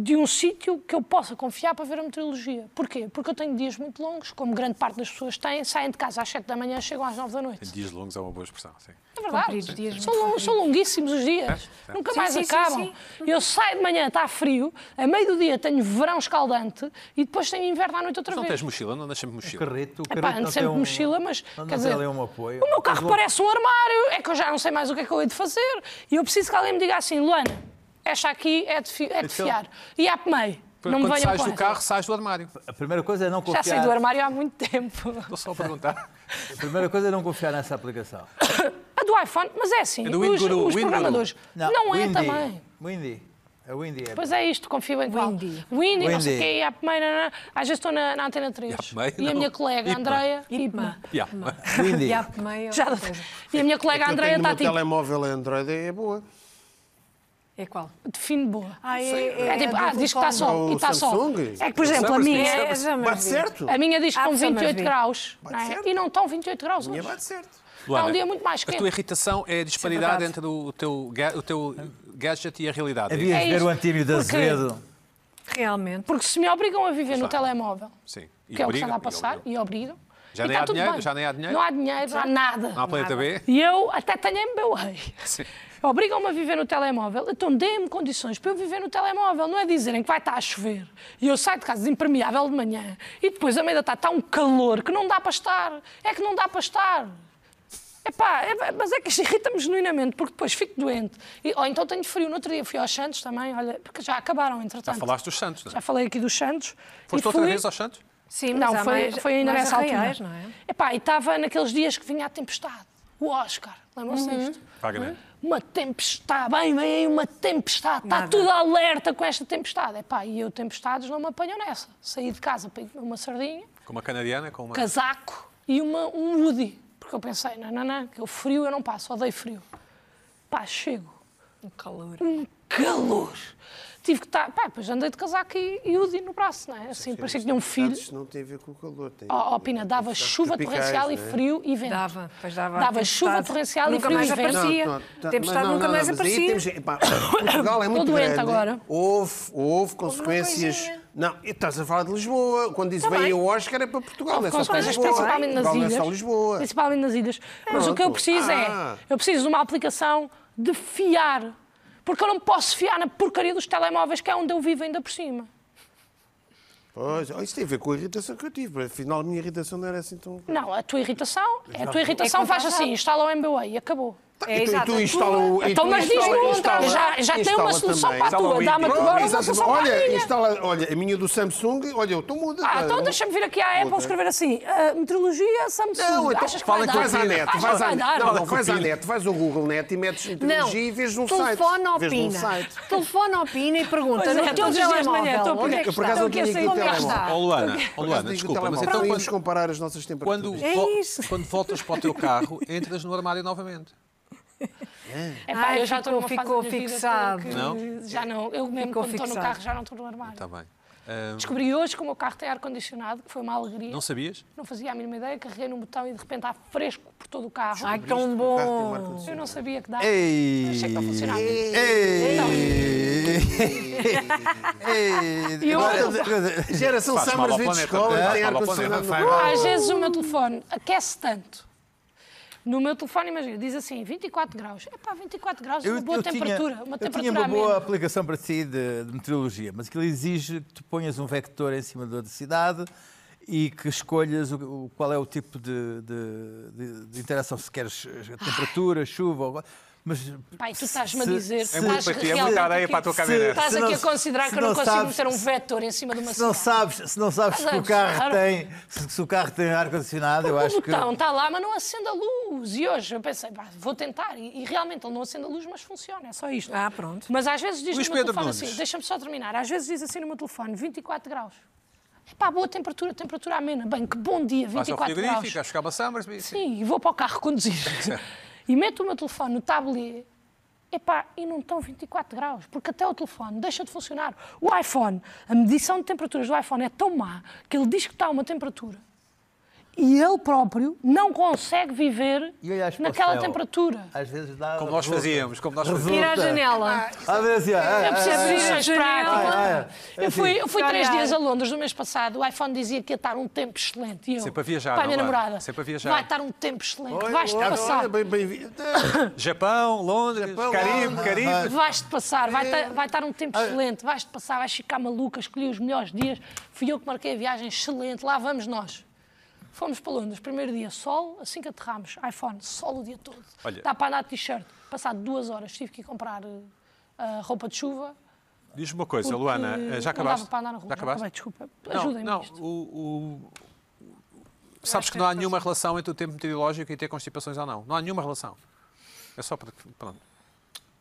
S3: de um sítio que eu possa confiar para ver a meteorologia. Porquê? Porque eu tenho dias muito longos, como grande parte das pessoas têm, saem de casa às 7 da manhã, chegam às 9 da noite.
S1: Dias longos é uma boa expressão, sim.
S3: É verdade.
S5: Compridos, dias
S3: são,
S5: muito
S3: lon- são longuíssimos os dias.
S1: É?
S3: Nunca
S5: Sim,
S3: mais
S5: sim, sim,
S3: acabam.
S5: sim.
S3: Eu saio de manhã, está frio, a meio do dia tenho verão escaldante e depois tenho inverno à noite outra
S1: Não
S3: vez.
S1: tens mochila, não andas sempre de mochila.
S4: Carrito, o
S3: Epá,
S4: carrito
S3: ando
S4: não
S3: sempre
S4: tem
S3: de
S4: um-
S3: mochila, mas
S4: não
S3: quer
S4: tem
S3: dizer,
S4: ali um apoio.
S3: o meu
S4: Mas
S3: carro
S4: o-
S3: parece um armário, é que eu já não sei mais o que é que eu hei de fazer. E eu preciso que alguém me diga assim, Luana, esta aqui é de, fi- é de
S4: Então-
S3: fiar. E há meio, não me
S1: Quando
S3: venham
S1: sais
S3: com
S1: do
S3: essa.
S1: carro, sais do armário.
S4: A primeira coisa é não
S3: Já
S4: confiar.
S3: saí do armário há muito tempo.
S1: Estou só a perguntar.
S4: A primeira coisa é não confiar nessa aplicação.
S3: A do iPhone, mas é assim,
S1: É do
S3: os,
S1: Windguru,
S3: os
S1: Windguru.
S3: programadores. Não, é
S4: Windy.
S3: também.
S4: Windy. A Windy é.
S3: Pois é isto, confio em qual.
S5: Windy.
S3: Windy, não sei o
S4: Windy.
S3: quê, e a primeira, às vezes estou na, na Antena 3.
S1: Yapmei,
S3: e a
S1: não.
S3: minha colega,
S1: Ipma.
S3: Andreia, tipo,
S5: Ipma.
S1: Yeah.
S4: Windy.
S5: Yapmei,
S3: Já- e a minha colega
S2: É Eu
S3: Andreia
S2: tenho no
S3: está
S2: meu
S3: tipo,
S2: telemóvel Android é boa.
S5: É qual?
S3: define boa.
S5: Ah, é,
S3: É tipo, ah, diz que está sol,
S2: Ou
S3: e está sol.
S2: Samsung.
S3: É que, por exemplo, a minha,
S5: É,
S2: Bate certo?
S3: a minha diz que
S5: Ah,
S3: estão
S5: Summersby.
S3: 28 graus, não é?
S2: certo.
S3: e não estão 28 graus
S2: A minha
S3: hoje.
S2: bate certo.
S3: Está um dia muito mais
S1: A
S3: quente.
S1: tua irritação é a disparidade
S5: verdade.
S1: entre o teu, ga- o teu gadget e a realidade. é
S4: Havias
S3: É
S4: de ver
S3: isto.
S4: o Antímio de
S3: Porquê?
S4: Azevedo.
S5: Realmente.
S3: Porque se me obrigam a viver no
S1: Está.
S3: telemóvel,
S1: isso? Sim. E
S3: que é o que
S1: obriga-
S3: está a
S1: e
S3: passar,
S1: obriga.
S3: e obrigam,
S1: Já
S3: e
S1: nem
S3: está
S1: há
S3: tudo
S1: dinheiro,
S3: bem.
S1: já nem há dinheiro?
S3: Não há dinheiro, não há nada.
S1: Não há planeta B?
S3: E eu até tenho MBWay.
S1: Sim.
S3: Obrigam-me a viver no telemóvel, então dê-me condições para eu viver no telemóvel. Não é dizerem que vai estar a chover e eu saio de casa de impermeável de manhã e depois à meia da tarde está um calor que não dá para estar. É que não dá para estar. Epá, é, mas é que isto irrita-me genuinamente, porque depois fico doente. E- ou então tenho frio. No outro dia fui aos Santos também, olha, porque já acabaram, entretanto.
S1: Já falaste dos Santos, não
S3: Já
S1: é?
S3: falei aqui dos Santos.
S1: Foste
S3: e
S1: outra
S3: fui-
S1: vez aos Santos?
S5: Sim, mas
S3: não,
S5: há
S3: foi,
S5: mais,
S3: foi ainda
S5: mais
S3: nessa
S5: arraiais,
S3: altura.
S5: não é?
S3: Epá, e estava naqueles dias que vinha a tempestade. O Oscar, lembram-se
S5: Uhum.
S3: disto?
S1: Wagner.
S3: Uma tempestade, bem, vem aí uma tempestade, está
S5: Nada.
S3: tudo alerta com esta tempestade. Epá, e eu tempestades não me apanham nessa. Saí de casa para ir comer uma sardinha,
S1: Com uma canadiana, com uma...
S3: casaco e uma, um hoodie. Porque eu pensei, não, não, não, que eu frio eu não passo, odeio frio. Pá, chego,
S5: Um calor.
S3: um calor. Tive que estar, pá, depois andei de casaco e, e hoodie no braço, não é? Assim, parecia que tinha um filho.
S2: Isto não tem a ver com o calor. Tem...
S3: Ó, ó, Pina, dava chuva
S2: tropicais,
S3: torrencial e
S2: não é?
S3: frio e vento.
S5: Dava, pois dava.
S3: Dava
S5: tempestade.
S3: chuva torrencial e
S5: Nunca
S3: frio
S5: mais
S3: e vento.
S5: aparecia.
S2: Não, não,
S5: Tempestade
S2: não,
S5: nunca
S2: não, mas
S5: mais
S2: aí
S5: aparecia.
S2: temos- epá, Portugal é muito
S3: doente
S2: grande.
S3: agora.
S2: Houve, houve consequências.
S5: coisinha.
S2: Não, e estás a falar de Lisboa. Quando disse
S5: Tá
S2: vem
S5: bem.
S2: o Oscar é para Portugal. não
S3: Houve
S2: é só para
S3: consequências
S2: Lisboa.
S3: principalmente nas
S2: Portugal não é só
S3: ilhas.
S2: Lisboa.
S3: Principalmente nas ilhas. Mas o que eu
S2: Pronto.
S3: preciso
S2: Ah.
S3: é, eu preciso de uma aplicação de fiar. Porque eu não posso fiar na porcaria dos telemóveis, que é onde eu vivo ainda por cima.
S2: Pois, oh, isso tem a ver com a irritação que eu tive. Afinal, a minha irritação não era assim tão.
S3: Não, a tua irritação, a tua irritação
S5: É
S3: faz assim,
S5: contratado.
S3: instala o MBA e acabou.
S2: E tu- e
S5: exato,
S2: tu
S5: a
S2: instala
S5: tua-
S2: o. e
S3: É, Então,
S2: tu
S3: mas diz-me
S2: instala-
S3: outra,
S2: instala-
S3: já- já tem uma
S2: instala
S3: solução
S2: também.
S3: para a
S1: Instala
S3: tua,
S1: o Windows.
S3: dá-me
S2: Pronto,
S3: agora uma
S2: exatamente.
S3: solução para a
S2: olha,
S3: minha.
S2: instala, olha, a minha do Samsung, olha, eu estou muda.
S3: Ah, então deixa-me vir aqui à Apple escrever assim, ah, meteorologia Samsung,
S2: Não, então
S3: achas que vai
S2: fala
S3: dar?
S2: que vais à net, vais
S3: Achas que
S2: à
S3: vai dar?
S2: net, não, não, vais à net, vais ao Google Net e metes meteorologia e vês num site.
S5: telefona ao
S2: Vês num
S5: Pina.
S2: site.
S5: Telefona ao Pina e pergunta
S3: Pois é,
S5: no teu
S3: todos os dias de manhã,
S5: telemóvel.
S3: estou a
S5: onde é
S3: pegar.
S5: que
S2: Eu por acaso
S5: está?
S2: não tinha aqui o
S5: Como é que
S2: telemóvel.
S5: está?
S1: Oh, Luana, oh,
S2: Por acaso
S1: Luana,
S2: digo
S1: desculpa,
S2: tá
S1: mas
S2: telemóvel.
S1: então
S2: Para
S1: quando,
S2: irmos comparar as nossas
S1: quando,
S2: temperaturas.
S5: É
S1: vo-
S5: isso.
S1: quando voltas para o teu carro, entras no armário novamente.
S3: Epá,
S5: Ai,
S3: eu já
S5: ficou-
S3: estou numa fase
S5: ficou
S3: da minha vida
S5: fixado.
S3: que-
S1: Não?
S3: Já não, eu mesmo
S5: Ficou
S3: quando estou no
S5: fixado.
S3: carro já não estou no armário.
S2: Então.
S1: Está bem. Ah,
S3: Descobri hoje que o meu carro tem ar-condicionado, que foi uma alegria.
S1: não
S3: Não,
S1: sabias?
S3: fazia a mínima ideia, carreguei num botão e de repente há fresco por todo o carro.
S5: Ai, tão
S2: tem
S5: bom.
S2: um
S3: Eu não sabia que dava.
S4: Ei!
S3: Achei que não funcionava.
S4: Ei!
S3: E
S4: Ei!
S3: eu-
S2: Geração
S1: Faz mal ao
S2: Summers é, de
S1: planeta, É?
S2: escola
S1: faz
S2: tem
S1: mal ao
S2: ar-condicionado no
S1: planeta,
S2: carro.
S3: Ah, Às vezes o meu telefone aquece tanto. No meu telefone, imagina, diz assim, 24 graus. Epá, 24 graus é uma boa temperatura. uma
S4: eu
S3: temperatura
S4: tinha uma boa
S3: amena.
S4: aplicação para ti de, de meteorologia, mas aquilo exige que tu ponhas um vector em cima da cidade e que escolhas o, o- qual é o tipo de, de- de- de interação, se queres eh, temperatura, chuva. ou- Mas
S3: Pai, tu estás-me a
S4: se-
S3: dizer
S4: se-
S3: que estás
S1: para ti, é
S3: realmente
S1: muita areia
S3: aqui-
S1: para a tua
S3: se-
S1: caminhonete.
S3: Estás
S4: Se
S3: aqui
S4: não-
S3: a considerar
S4: se
S3: que eu não
S4: não
S3: consigo
S4: sabes-
S3: meter um vetor em cima de uma
S4: Se não
S3: cidade.
S4: sabes, se não sabes
S3: Estás
S4: que
S3: a
S4: o carro
S3: abusar.
S4: tem, se, se o carro tem ar-condicionado, eu
S3: Porque
S4: acho
S3: o
S4: que.
S3: Um botão está lá, mas não acende a luz. E hoje eu pensei, pá, vou tentar. E, e realmente ele não acende a luz, mas funciona. É só isto.
S5: Ah, pronto.
S3: Mas às vezes diz
S1: Luís
S3: no meu
S1: Pedro
S3: telefone
S1: Nunes.
S3: assim, deixa-me só terminar. Às vezes diz assim no meu telefone, 24 graus. Pá, boa temperatura, temperatura amena. Bem, que bom dia,
S1: Vais ao
S3: 24 graus.
S1: frigorífico, vais buscar uma Summersby.
S3: Sim, e vou para o carro conduzir. e meto o meu telefone no tablier. Epá, e não estão 24 graus, porque até o telefone deixa de funcionar. O iPhone, a medição de temperaturas do iPhone é tão má que ele diz que está a uma temperatura e ele próprio não consegue viver
S4: E olhas para o
S3: naquela
S4: céu.
S3: temperatura.
S4: Às vezes dá.
S1: Como nós fazíamos, como nós fazíamos.
S5: Ir
S4: Resulta.
S5: à janela.
S4: Às vezes, ah, ah,
S3: Eu
S4: ah,
S3: percebo
S5: ai,
S3: lições
S5: ai,
S3: práticas.
S4: ai, ai.
S3: Eu fui, eu fui
S5: Olhar.
S3: três dias a Londres no mês passado. O iPhone dizia que ia estar um tempo excelente. E eu,
S1: Sempre a viajar,
S3: para a minha
S1: não é?
S3: namorada,
S1: Sempre a viajar.
S3: vai estar um tempo excelente.
S2: Olha,
S3: Vais-te
S2: olha,
S3: passar.
S2: olha, bem- Bem-vindo.
S1: Japão, Londres,
S2: Japão,
S1: Caribe, Caribe.
S3: Vais-te passar, vai estar vai estar um tempo excelente, vais-te passar, vais ficar maluca, escolhi os melhores dias, fui eu que marquei a viagem, excelente, lá vamos nós. Fomos para Londres, primeiro dia, sol, assim que aterramos, iPhone, sol o dia todo.
S1: Olha.
S3: Dá para andar de t-shirt. Passado duas horas tive que ir comprar eh, ah, roupa de chuva.
S1: Diz-me uma coisa,
S3: porque
S1: Luana, eh, já
S3: não dava
S1: acabaste?
S3: para andar na rua,
S1: Já acabaste?
S3: acabei, desculpa.
S1: Não,
S3: Ajudem-me
S1: não,
S3: nisto.
S1: o, o- Sabes que não há nenhuma É relação entre o tempo meteorológico e ter constipações ou não. Não há nenhuma relação. É só para. Pronto.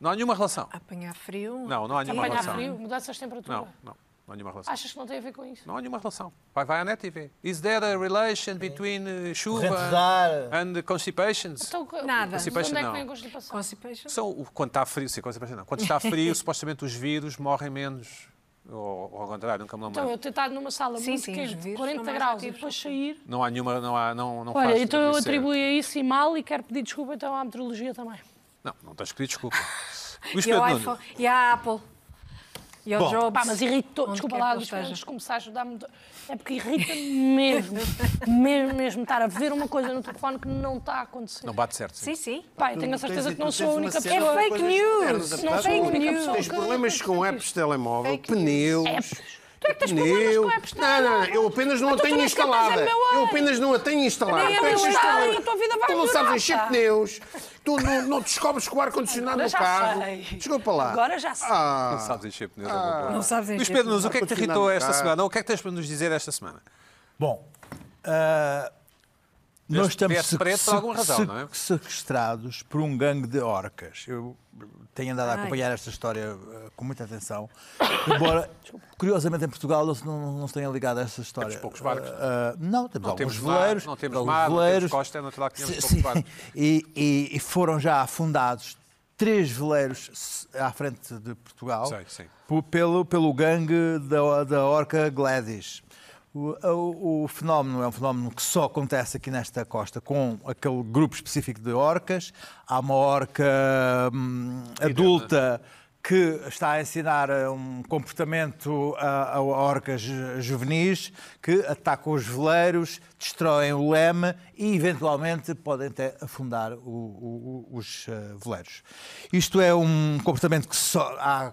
S1: Não há nenhuma relação.
S3: Ah,
S5: Apanhar frio?
S1: Não, não há nenhuma
S3: Apanhar
S1: relação.
S3: frio, mudanças de temperatura.
S1: Não, não, não há nenhuma relação.
S3: Achas que não tem a ver com isso?
S1: Não há nenhuma relação. Vai, vai à net e vê. Is there a relation between eh, chuva
S4: Correntes de ar.
S1: and constipations?
S3: Então, co-
S5: Nada.
S3: de Onde é que
S1: Constipation,
S3: vem a
S1: não.
S3: constipação?
S5: Constipation?
S1: São, o- quando está frio, sim, constipação não. Quando está frio, supostamente os vírus morrem menos. Ou, ou ao contrário, nunca me lembro.
S3: Então, eu tentar numa sala
S5: Sim,
S3: muito
S5: sim, os
S3: quente,
S5: vírus
S3: 40
S5: são mais
S3: graus, e
S5: ativos,
S3: depois
S5: sim.
S3: sair.
S1: Não há nenhuma, não há, não, não
S3: Olha,
S1: faz
S3: então eu
S1: tudo isso
S3: atribuo
S1: certo.
S3: a isso e mal e quero pedir desculpa então à meteorologia também.
S1: Não, não tens que pedir desculpa. Luís
S5: E
S1: Pedro
S5: ao
S1: Nuno,
S5: iPhone? E à Apple? E ao
S4: Bom.
S5: Jobs?
S3: Pá, mas irritou,
S5: Onde
S3: desculpa
S5: quer
S3: lá,
S5: que eu
S3: Luís, antes
S5: esteja.
S3: de começar a ajudar-me, é porque irrita-me mesmo, mesmo, mesmo, estar a ver uma coisa no telefone que não está a acontecer.
S1: não bate certo. sim.
S5: Sim, sim. é
S3: Pá, eu tenho a certeza que não sou a única
S5: série
S3: pessoa.
S5: de fake news.
S1: é
S2: tem
S3: Não sou a única pessoa
S2: Tens
S3: que-
S2: problemas com apps de telemóvel,
S5: Fake
S2: pneus.
S3: Apps. Tu é que tens problemas com apps de
S2: Não, não, não, eu apenas não a
S3: Mas tu
S2: tenho
S3: também escapas
S2: instalada.
S3: em meu
S2: Eu
S3: olho.
S2: apenas não a tenho instalada.
S3: Nem
S2: Tu
S3: eu
S2: é que
S3: instalo
S2: instalas.
S3: e a tua vida vai
S2: Tu não
S3: melhorar,
S2: sabes encher
S3: pá.
S2: pneus. Tu não, não descobres que o ar-condicionado
S3: Agora
S2: no
S3: já
S2: carro.
S3: sei.
S2: Desculpa lá.
S3: Agora já sei.
S4: Ah.
S1: Não sabes encher pneus. alguma coisa.
S5: Ah. Não sabes
S1: Luís
S5: encher
S1: Pedro Nunes, o que é que te irritou esta
S2: Claro.
S1: semana? Ou O que é que tens para nos dizer esta semana?
S4: Bom, ah, nós
S1: Veste-
S4: estamos
S1: veste preto por alguma razão, não é?
S4: sequestrados por um gangue de orcas. Eu tenho andado a
S5: Ai.
S4: acompanhar esta história ah, com muita atenção, embora, curiosamente, em Portugal não, se- não, não se tenha ligado a esta história.
S1: Temos poucos barcos.
S4: Ah, não, temos alguns
S1: temos mar,
S4: veleiros.
S1: não temos
S4: alguns
S1: mar, não temos
S4: veleiros.
S1: costa, é natural que tenhamos
S4: Sim,
S1: poucos barcos.
S4: e, e- e foram já afundados três veleiros se- à frente de Portugal
S1: Sei, sim.
S4: po- pelo, pelo gangue da, da Orca Gladys. O, o- o fenómeno é um fenómeno que só acontece aqui nesta costa com aquele grupo específico de orcas. Há uma orca hum, adulta que está a ensinar eh, um comportamento a, a orcas ju- juvenis que atacam os veleiros, destroem o leme e, eventualmente, podem até afundar o- o- o- os eh, veleiros. Isto é um comportamento que só há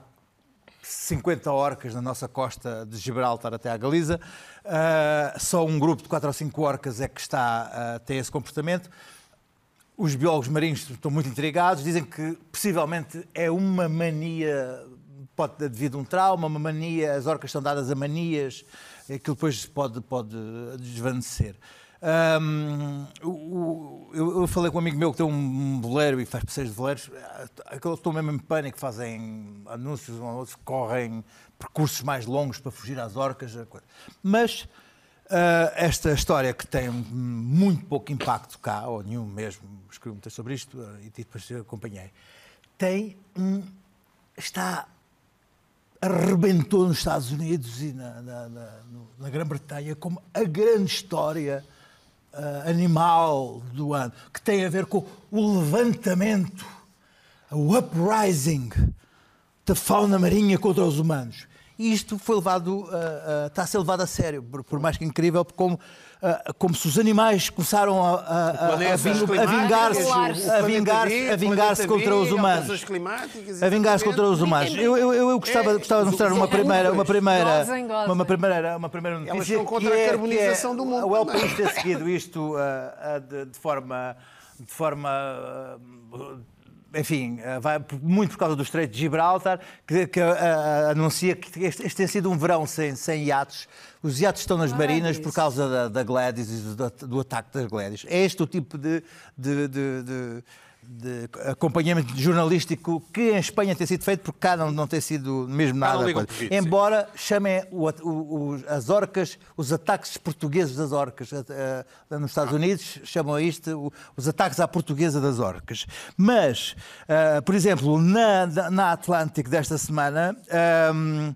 S4: 50 orcas na nossa costa de Gibraltar até à Galiza. Ah, só um grupo de 4 ou 5 orcas é que está, ah, tem esse comportamento. Os biólogos marinhos estão muito intrigados, dizem que possivelmente é uma mania, pode ter devido a um trauma, uma mania, as orcas são dadas a manias, aquilo depois pode, pode desvanecer. Hum, o- o- eu, eu falei com um amigo meu que tem um boleiro e faz passeios de veleiros, aqueles estão mesmo em pânico, fazem anúncios, um ao outro, correm percursos mais longos para fugir às orcas. a coisa. Mas Uh, esta história que tem hum, muito pouco impacto cá, ou nenhum mesmo, escrevi um texto sobre isto uh, e depois eu acompanhei, tem um. está. arrebentou nos Estados Unidos e na, na- na- no- na Grã-Bretanha como a grande história uh, animal do ano, que tem a ver com o levantamento, o uprising da fauna marinha contra os humanos. E isto foi levado, ah, ah, está a ser levado a sério, por, por mais que incrível, porque como, ah, como se os animais começaram a, a- a- a
S2: Planetas
S4: ving- a
S2: climáticas,
S4: vingar-se
S2: o
S4: a
S2: planeta
S4: vingar-se-
S2: B,
S4: a
S2: o
S4: vingar-se
S2: planeta
S4: contra
S2: B,
S4: os humanos.
S2: alterações climáticas,
S4: A vingar-se contra os
S2: exatamente.
S4: humanos. Eu, eu, eu gostava,
S2: É,
S4: gostava de mostrar uma primeira, uma primeira,
S5: Gozem, gozem.
S4: uma primeira, uma primeira notícia.
S2: Elas são contra
S4: que
S2: a
S4: é-
S2: carbonização
S4: que
S2: do
S4: é-
S2: mundo
S4: O El
S2: também.
S4: País ter seguido isto ah, ah, de, de forma, de forma, ah, enfim, ah, vai por- muito por causa do Estreito de Gibraltar, que, que, ah, anuncia que este, este tem sido um verão sem, sem iates. Os iates estão nas marinas por causa da, da Gladys e do, do ataque das Gladys. É este o tipo de- de- de- de de acompanhamento jornalístico que em Espanha tem sido feito, porque cá não, não tem sido mesmo
S1: não
S4: nada.
S1: ligam
S4: coisa.
S1: por vídeo, sim.
S4: Embora chamem o at- o- o- as orcas, os ataques portugueses das orcas. eh, eh, nos Estados Unidos chamam isto o- os ataques à portuguesa das orcas. Mas, eh, por exemplo, na, na- na Atlântico desta semana. ehm,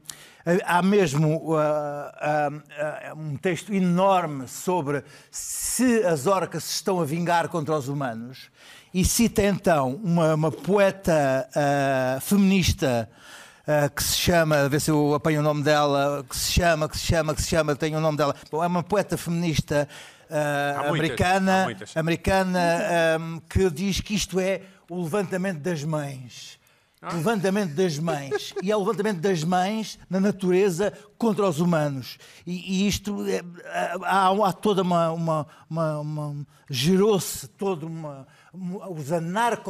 S4: Há mesmo ah, ah, ah, um texto enorme sobre se as orcas se estão a vingar contra os humanos e cita então uma, uma poeta ah, feminista ah, que se chama, a ver se eu apanho o nome dela, que se chama, que se chama, que se chama, tem o nome dela. Bom, é uma poeta feminista ah,
S1: Há muitas, há
S4: americana,
S1: muitas.
S4: americana ahm, que diz que isto é o levantamento das mães.
S1: Ah.
S4: O Levantamento das mães. E é o levantamento das mães na natureza contra os humanos. E, e isto é- há, há toda uma. uma- uma- uma- gerou-se toda uma. mu- os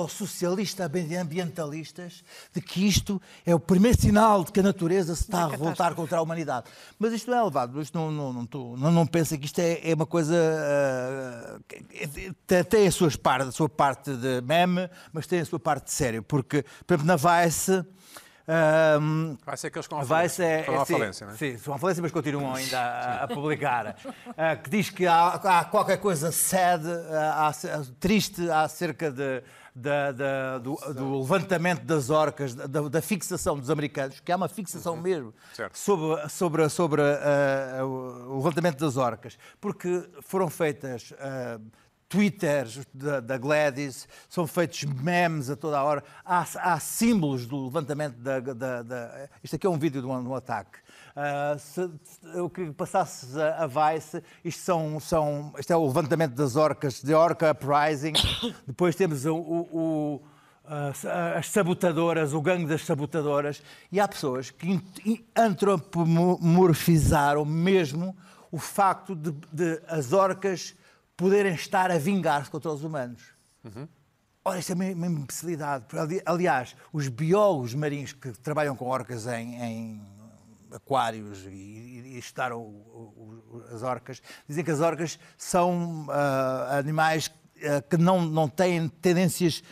S4: anarcossocialistas ambientalistas de que isto é o primeiro sinal de que a natureza se está a revoltar contra a humanidade. Mas isto não é elevado, isto não, não, não, tô- não, não pensa que isto é, é uma coisa. ah, que- que- tem- tem a, suas par- a sua parte de meme, mas tem a sua parte de sério, porque, por exemplo, na Vice. ah,
S1: Vai ser aqueles que vão à
S4: Vai
S1: falência.
S4: ser.
S1: Foram à
S4: sim,
S1: falência, não é?
S4: Sim, são à falência, mas continuam ainda a, a publicar. Ah, que diz que há, há qualquer coisa sad, ah, há se- ah, triste acerca de, da- da- do, do levantamento das orcas, da, da fixação dos americanos, que há uma fixação mesmo
S1: Certo.
S4: sobre, sobre, sobre ah, o o levantamento das orcas, porque foram feitas. ah, Twitters da, da Gladys, são feitos memes a toda a hora, há, há símbolos do levantamento da, da- da- Isto aqui é um vídeo de um, de um ataque. Ah, se- se- eu queria que passasses a, a Vice, isto, são, são, isto é o levantamento das orcas, de Orca Uprising, depois temos o- o- o as- as sabotadoras, o gangue das sabotadoras, e há pessoas que in- in- antropomorfizaram mesmo o facto de, de as orcas poderem estar a vingar-se contra os humanos. Ora, isto é uma uma imbecilidade. Ali- Aliás, os biólogos marinhos que trabalham com orcas em, em aquários e, e- e estudaram o- o- o- as orcas dizem que as orcas são ah, animais ah, que não, não têm tendências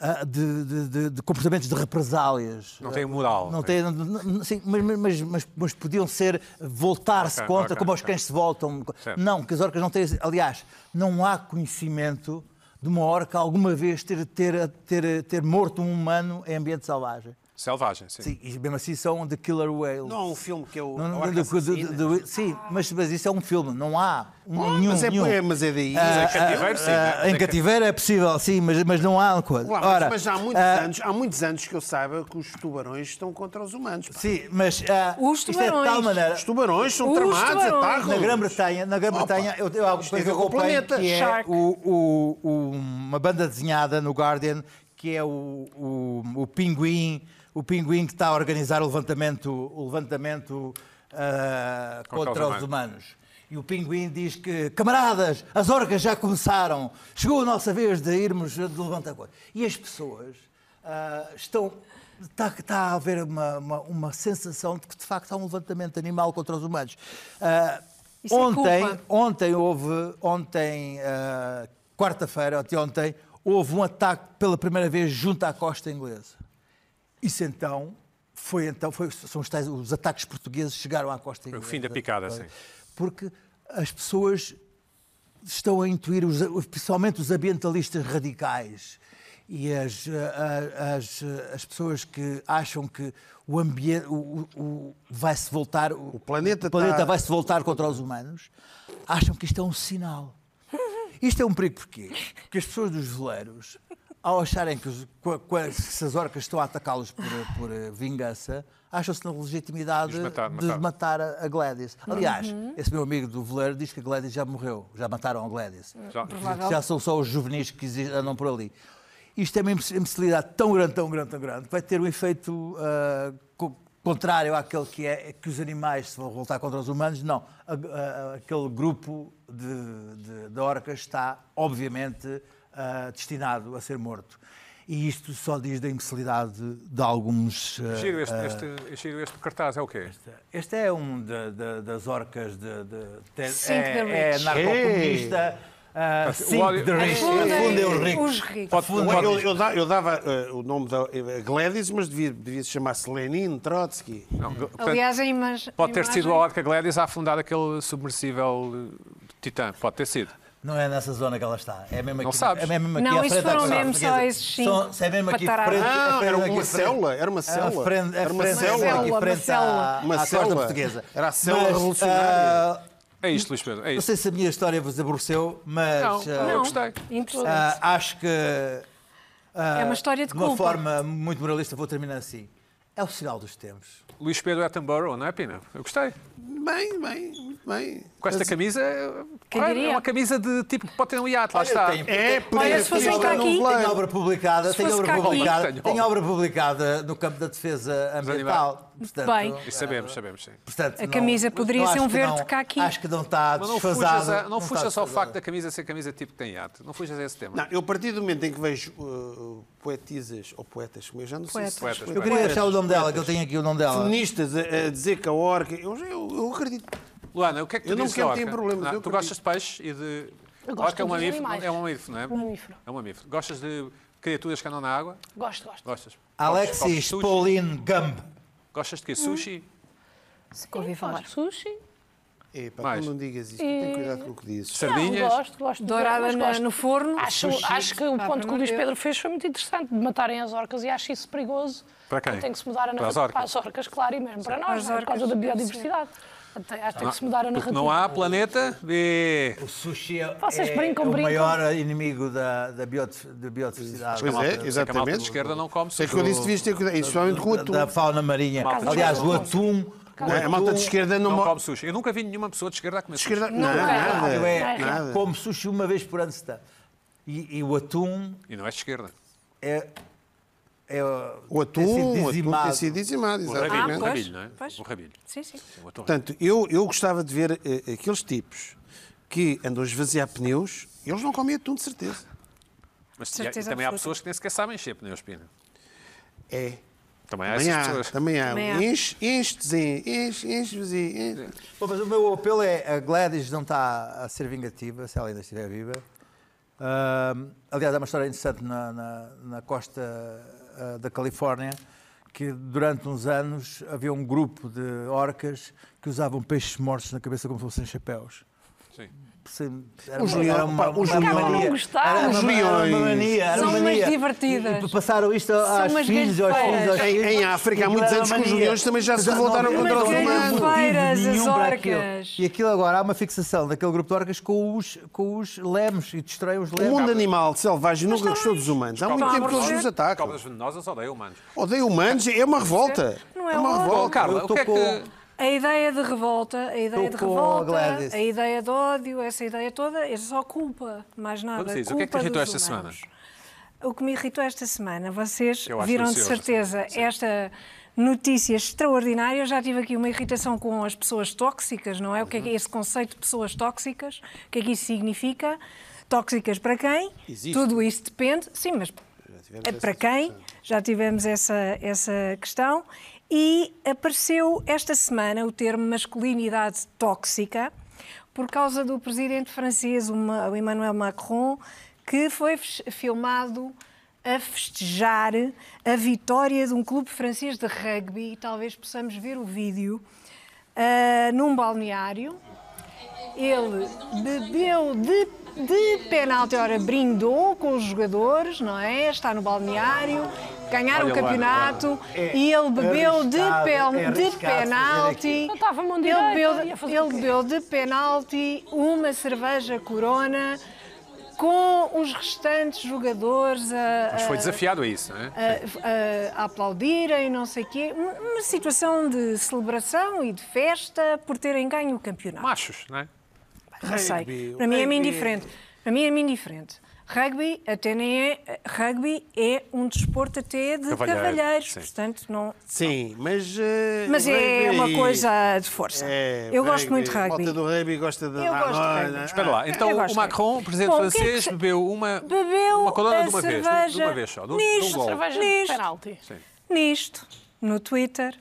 S4: ah, de, de- de- de comportamentos de represálias. Ah,
S1: Não é? têm moral.
S4: Não têm, n- n- sim, mas, mas- mas- mas podiam ser voltar-se
S1: Ok,
S4: contra,
S1: ok,
S4: como os
S1: ok.
S4: cães se voltam.
S1: Certo.
S4: Não, que as orcas não têm. Aliás, não há conhecimento de uma orca alguma vez ter, ter, ter, ter morto um humano em ambiente selvagem.
S1: Selvagem, sim.
S4: Sim, e mesmo assim são The Killer Whale.
S2: Não há um filme que eu.
S4: Não, não, do- do- do- do- sim, mas, mas isso é um filme, não há um,
S2: Ah,
S4: nenhum.
S2: mas é-
S4: nenhum.
S2: é- mas é daí.
S4: Ah,
S1: Mas em cativeiro, sim,
S4: ah,
S1: né?
S4: em
S1: Tem que-
S4: cativeiro é possível, sim, mas, mas não há uma coisa.
S2: Claro,
S4: Ora,
S2: mas, mas há, muitos
S4: ah,
S2: anos, há muitos anos que eu saiba que os tubarões estão contra os humanos. pá.
S4: Sim, mas ah,
S5: Os
S4: isto é de tal
S5: tubarões.
S4: maneira.
S2: Os tubarões são
S5: Os
S2: tramados,
S5: tubarões.
S2: atacam.
S4: Na Grã-Bretanha, na Grã-Bretanha, eu tenho algo
S2: isto
S4: para
S2: tem a
S4: ver
S2: ver com o planeta,
S4: que é
S2: Shark.
S4: o- o- o- uma banda desenhada no Guardian que é o, o, o pinguim, o pinguim que está a organizar o levantamento, o levantamento ah,
S1: Contra os
S4: contra os
S1: humanos.
S4: humanos. E o pinguim diz que, camaradas, as orcas já começaram, chegou a nossa vez de irmos de levantar coisa. E as pessoas ah, estão. Está, está a haver uma, uma, uma sensação de que, de facto, há um levantamento animal contra os humanos. Ah,
S5: Isso é
S4: ontem,
S5: culpa.
S4: ontem houve, ontem, ah, quarta-feira, até ontem, houve um ataque pela primeira vez junto à costa inglesa. Isso então foi então foi- são os, tais- os ataques portugueses chegaram à costa
S1: o
S4: inglesa.
S1: fim da picada, sim.
S4: Porque as pessoas estão a intuir, os- os- principalmente os ambientalistas radicais e as, eh, a- as, eh, as pessoas que acham que o ambiente vai se voltar o,
S2: planeta
S4: o planeta
S2: está-
S4: vai se voltar contra os humanos acham que isto é um sinal isto é um perigo porquê? Porque as pessoas dos veleiros, ao acharem que, os- qua- qua- se as orcas estão a atacá-los por, por, eh, vingança, acham-se na legitimidade
S1: De os matar,
S4: de
S1: matar.
S4: matar a a Gladys. Aliás, esse meu amigo do veleiro diz que a Gladys já morreu, já mataram a Gladys.
S1: Já.
S4: Que Já são só os juvenis que exi- andam por ali. Isto é uma imbe- imbecilidade tão grande, tão grande, tão grande, que vai ter um efeito ah, co- contrário àquele que é é que os animais se vão voltar contra os humanos. Não. A- a- a- aquele grupo de, de- de orcas está, obviamente, ah, destinado a ser morto. E isto só diz da imbecilidade de alguns. ah,
S1: Giro este, este- giro este cartaz, é o quê?
S4: este é um da- da- das orcas de, de, de-
S5: Sink the Rich.
S4: é, é narcocomunista. ah, Sink
S1: óleo-
S4: the Rich. é
S5: Afundem
S4: Afundem os ricos.
S5: é os ricos.
S2: Eu,
S4: é
S2: eu- eu da- eu dava eh, o nome da eh, Gladys, mas devia, devia se chamar-se Lenin Trotsky.
S1: Não, portanto,
S5: Aliás, a imagem.
S1: pode ter sido a
S5: imagem-
S1: Orca Gladys a afundar aquele submersível eh, Titã. Pode ter sido.
S4: Não é nessa zona que ela está. É mesmo aqui,
S1: Não sabes.
S4: É mesmo aqui
S5: Não,
S4: à
S5: isso
S4: frente à
S5: foram
S4: Costa
S5: mesmo só
S4: Portuguesa.
S5: esses cinco
S4: São- se é mesmo aqui
S5: pataradas.
S4: frente- é
S2: Ah,
S4: frente
S2: era uma
S4: aqui à frente.
S2: célula, era uma
S4: À
S2: célula.
S4: frente- à
S2: Era uma
S4: frente-
S2: célula.
S4: aqui
S5: Uma
S4: frente
S5: célula.
S4: à-
S2: Uma
S4: à Costa
S2: célula.
S4: Portuguesa.
S2: Era a célula
S4: Mas,
S2: revolucionária.
S4: ah,
S1: É isto, Luís Pedro. É
S4: Não
S1: isto.
S4: sei se a minha história vos aborreceu, mas
S1: Não,
S4: ah,
S1: eu
S5: Não,
S1: gostei.
S5: em todo.
S4: ah, acho que ah,
S5: é uma história de
S4: de uma
S5: culpa.
S4: forma muito moralista vou terminar assim. É o sinal dos tempos.
S1: Luís Pedro Attenborough, não é, Pina? Eu gostei.
S2: Bem, bem, muito Bem,
S1: Com esta camisa, claro, é
S3: diria?
S1: uma camisa de tipo que pode ter um iate, lá está.
S2: é por
S5: Olha,
S2: isso
S5: se fossem
S2: que-
S1: um
S5: cá aqui-
S4: Tenho obra publicada,
S5: Se
S4: tenho
S5: fosse
S4: obra
S5: cá aqui-
S4: publicada,
S1: Tenho
S4: tenho obra publicada no campo da defesa ambiental. Portanto,
S5: Bem.
S1: Isso sabemos, sabemos, sim.
S4: portanto,
S5: A
S4: não-
S5: camisa poderia
S4: não
S5: ser um
S4: acho que
S5: verde
S4: não-
S5: caqui.
S4: Acho que não está
S1: Mas não fujas, a,
S4: desfasado.
S1: não
S4: está
S1: fujas ao
S4: desfasado.
S1: facto da camisa ser camisa tipo que tem iate. Não fujas a esse tema.
S2: Não, eu a partir do momento em que vejo uh, poetisas ou poetas, como eu já não sei se
S1: Poetas.
S2: são
S4: Eu queria achar o nome dela, que eu tenho aqui o nome dela.
S2: feministas a, a dizer que a orca. Eu, eu, eu acredito.
S1: Luana, o que é que tu
S2: Eu não
S1: dizes
S2: quero
S1: da
S2: ter
S1: orca?
S2: problemas,
S1: Não,
S2: eu
S1: tu
S2: acredito.
S1: gostas de peixe e de.
S3: Eu gosto
S1: orca é um
S3: dos
S1: mamífero,
S3: animais.
S1: é um mamífero, não é?
S3: Um mamífero.
S1: É um mamífero. Gostas de criaturas que andam na água?
S3: Gosto, gosto.
S1: Gostas? Comes- comes
S4: Alexis
S1: sushi?
S4: Pauline Gump.
S1: Gostas de
S3: Hum.
S1: quê? Sushi?
S5: Ouvi
S3: Sim,
S5: falar.
S3: gosto de Sushi.
S2: Epá,
S1: Mais.
S2: tu É, não digas isso, tem cuidado com o que dizes.
S1: Sardinhas?
S3: Não, gosto, gosto.
S5: Dourada
S3: mas
S5: na-
S3: gosto.
S5: no forno.
S3: Acho,
S5: Sushi.
S3: acho que o
S5: Ah,
S3: ponto que o
S5: pelo
S3: Luís
S5: Deus.
S3: Pedro fez foi muito interessante, de matarem as orcas, e acho isso perigoso.
S1: Para quem?
S3: Então Tem que se mudar a narrativa.
S1: as orcas?
S3: claro, e mesmo para
S5: Para
S3: nós,
S5: as
S3: não é? por causa da
S5: orcas,
S3: biodiversidade. Até, acho que tem que se mudar a
S1: Porque
S3: narrativa.
S1: não há planeta B.
S4: O sushi é,
S3: Vocês
S4: é
S3: brincam,
S4: o
S3: brincam.
S4: maior inimigo da, da, biodif- da biodiversidade.
S2: Pois
S4: da-
S1: Sei
S2: é,
S1: que a malta de
S2: exatamente.
S1: esquerda não come
S2: Sei que eu disse que devias ter cuidado, e principalmente com o atum.
S4: da fauna marinha.
S1: Malta
S4: Aliás,
S1: de
S4: o atum.
S2: Não é? A malta de esquerda não,
S1: Não
S2: mo-
S1: come sushi. Eu nunca vi nenhuma pessoa de esquerda a comer
S2: de
S1: sushi.
S2: esquerda. Não,
S3: é.
S2: nada.
S4: Eu é,
S2: nada.
S4: como sushi uma vez por ano se dá. E, e o atum
S1: E não é de esquerda.
S4: é. é
S2: O
S4: tem sido
S2: atum, o atum tem
S4: dizimado.
S2: sido dizimado,
S1: O rabilho, o
S3: Ah,
S2: exatamente.
S5: pois,
S1: rabilho, não é?
S5: pois.
S1: O É rabilho.
S5: Sim, sim.
S1: O atum.
S2: Portanto, eu, eu gostava de ver eh, aqueles tipos que andam a esvaziar pneus, eles não comem atum, de certeza.
S1: Mas e- e
S5: certeza
S1: também há
S5: absoluta.
S1: pessoas que nem sequer sabem encher pneus, Pina.
S2: É.
S1: Também há
S2: Também
S1: Ah, essas
S2: há,
S1: pessoas.
S2: também há.
S5: Também há.
S2: Enche, enche, desenha, enche, enche, esvazia, enche.
S4: Bom, mas o meu apelo é a Gladys não está a ser vingativa, se ela ainda estiver viva. Ahm, aliás, há uma história interessante na, na- na costa ah, da Califórnia que durante uns anos havia um grupo de orcas que usavam peixes mortos na cabeça como se fossem chapéus.
S1: Sim.
S4: Sim, era
S2: Os
S4: uma-
S2: leões,
S4: era uma-
S2: pá, os
S4: uma
S2: leões.
S4: mania.
S3: Não gostaram.
S4: Era
S2: Os
S4: uma- era uma
S2: leões.
S4: mania, era
S5: São
S4: uma
S5: umas
S4: mania.
S5: divertidas.
S4: E passaram isto aos
S5: umas
S4: filhos, aos
S5: gangsteiras.
S4: filhos, aos
S2: Em-
S4: filhos.
S2: em África, há muitos
S4: Aquilo era
S2: anos
S4: uma
S2: que os
S4: mania.
S2: leões também já se
S4: Não é
S2: revoltaram
S4: havia
S2: contra os
S4: motivo
S2: humanos.
S5: Gangsteiras, as
S4: nenhum para aquilo.
S5: orcas.
S4: E aquilo agora há uma fixação daquele grupo de orcas com os, com os lemos e destrói os
S2: O
S4: lemos.
S2: mundo animal selvagem nunca
S5: é
S2: gostou dos humanos. Há muito
S5: Calma,
S2: tempo que eles
S5: calma.
S2: nos atacam.
S1: Cobras venenosas odeiam humanos.
S2: Odeio humanos, é uma revolta.
S5: Não é
S2: uma
S5: ódio.
S1: Bom,
S2: revolta.
S1: Carla,
S4: eu
S1: o que é
S4: tô
S1: que.
S5: A ideia de revolta, a ideia
S4: Eu
S5: de
S4: com a Gladys.
S5: revolta, a ideia de ódio, essa ideia toda, é só culpa, mais nada.
S1: Vamos a isso. O
S5: Culpa
S1: que é que te irritou
S5: dos
S1: esta semana?
S5: humanos. O que me irritou esta semana, vocês
S1: Eu acho
S5: viram de
S1: delicioso,
S5: certeza
S1: sim.
S5: esta notícia extraordinária. Eu já tive aqui uma irritação com as pessoas tóxicas, não é? O que é que é esse conceito de pessoas tóxicas? O que é que isso significa? Tóxicas para quem?
S2: Existe.
S5: Tudo isso depende. Sim, mas
S2: tivemos
S5: É, para quem? Já tivemos essa, essa questão. E apareceu esta semana o termo masculinidade tóxica por causa do presidente francês, o Ma- o Emmanuel Macron, que foi fes- filmado a festejar a vitória de um clube francês de rugby. Talvez possamos ver o vídeo ah, num balneário. Ele bebeu de, de penalti, ora, brindou com os jogadores, não é? Está no balneário, ganharam
S1: Olha
S5: o
S1: lá,
S5: campeonato
S4: É
S5: e ele bebeu de,
S4: arriscado,
S5: pel,
S4: é
S5: de
S4: arriscado fazer
S5: penalti.
S3: Não estava a mão
S5: Ele
S3: direita,
S5: bebeu,
S3: ia fazer o
S5: ele
S3: quê?
S5: bebeu de penalti uma cerveja corona com os restantes jogadores a,
S1: Mas
S5: a-
S1: foi desafiado a isso, não é?
S5: a- a, a aplaudirem, não sei o quê. Uma uma situação de celebração e de festa por terem ganho o campeonato.
S1: Machos, não é?
S5: Não
S2: Rugby,
S5: sei. Para mim
S2: rugby.
S5: é-me indiferente. Para mim é-me indiferente. Rugby até nem é. Rugby é um desporto até de
S1: Cavalheiro,
S5: cavalheiros,
S1: sim.
S5: portanto não.
S2: Sim, mas. eh,
S5: Mas é
S2: rugby-
S5: uma coisa de força.
S2: É,
S5: Eu gosto muito de
S2: A malta
S5: rugby.
S2: do rugby gosta de.
S5: Eu
S2: Ah,
S5: gosto de
S2: olha,
S5: rugby. É
S1: Espera lá, então
S5: Eu gosto.
S1: o Macron, o presidente
S5: Bom, o que é que
S1: francês,
S5: se-
S1: bebeu uma,
S5: Bebeu
S1: uma colona
S5: a
S1: de uma vez, de
S5: cerveja
S1: uma vez só, de um, de um
S5: nisto.
S1: gol.
S3: Cerveja de
S5: Nisto.
S3: penalti.
S5: Nisto, no Twitter,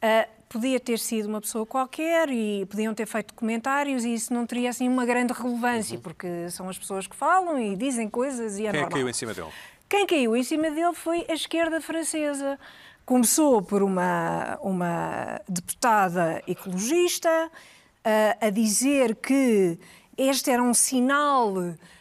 S5: ah, podia ter sido uma pessoa qualquer e podiam ter feito comentários e isso não teria assim uma grande relevância, porque são as pessoas que falam e dizem coisas e é
S1: Quem é que
S5: normal.
S1: caiu em cima dele?
S5: Quem caiu em cima dele foi a esquerda francesa. Começou por uma, uma deputada ecologista ah, a dizer que Este era um sinal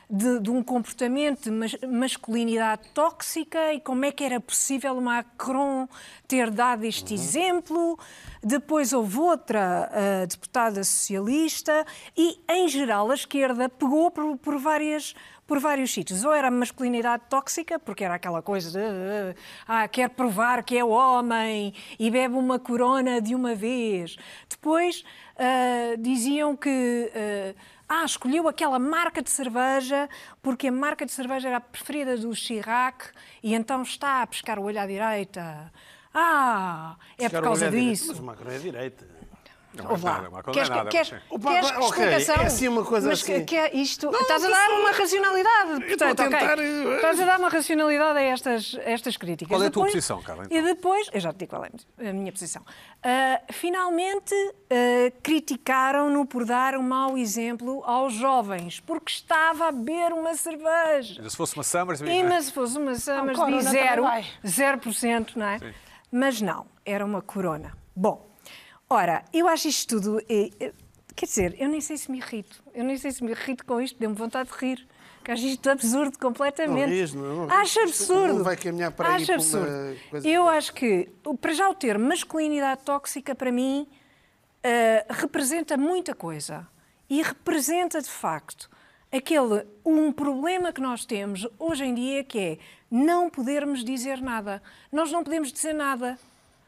S5: de, de um comportamento de mas- masculinidade tóxica e como é que era possível Macron ter dado este exemplo. Depois houve outra ah, deputada socialista e, em geral, a esquerda pegou por, por várias por vários sítios. Ou era a masculinidade tóxica, porque era aquela coisa de eh, ah, quer provar que é homem e bebe uma corona de uma vez. Depois ah, diziam que eh, ah, escolheu aquela marca de cerveja porque a marca de cerveja era a preferida do Chirac e então está a pescar o olho à direita. Ah, é por causa
S2: Mas
S5: disso.
S2: o Macron é direita.
S1: Não
S5: Ouve lá.
S1: é nada, Marco, não é
S5: Queres,
S1: nada,
S5: queres,
S1: mas sim.
S2: Opa,
S5: queres
S2: ok,
S5: explicação?
S2: é assim uma coisa
S5: mas que-
S2: assim.
S5: que é isto?
S2: Não,
S5: estás a
S2: não
S5: dar
S2: sei.
S5: uma racionalidade.
S2: Eu estou a
S5: Portanto, ok.
S2: tentar, eh,
S5: Estás a dar uma racionalidade a estas, a estas críticas.
S1: Qual é a tua posição, Carla, então?
S5: E depois, eu já te digo qual é a minha posição. Ah, finalmente, ah, criticaram-no por dar um mau exemplo aos jovens, porque estava a beber uma cerveja.
S1: Se fosse uma Summers...
S5: E É, mas se fosse uma Summers
S3: corona
S5: de zero,
S3: também.
S5: 0%, não é? Mas não, era uma corona. Bom, ora, eu acho isto tudo. eh, eh, Quer dizer, eu nem sei se me irrito. Eu nem sei se me irrito com isto, deu-me vontade de rir. Que acho isto absurdo completamente.
S2: Não rias, não, não rias.
S5: acho
S2: Isto não
S5: absurdo.
S2: vai caminhar para aí
S5: acho
S2: para uma
S5: absurdo.
S2: coisa- assim.
S5: Eu acho que, o- para já o termo masculinidade tóxica, para mim, eh, representa muita coisa e representa de facto aquele um problema que nós temos hoje em dia que é não podermos dizer nada. Nós não podemos dizer nada.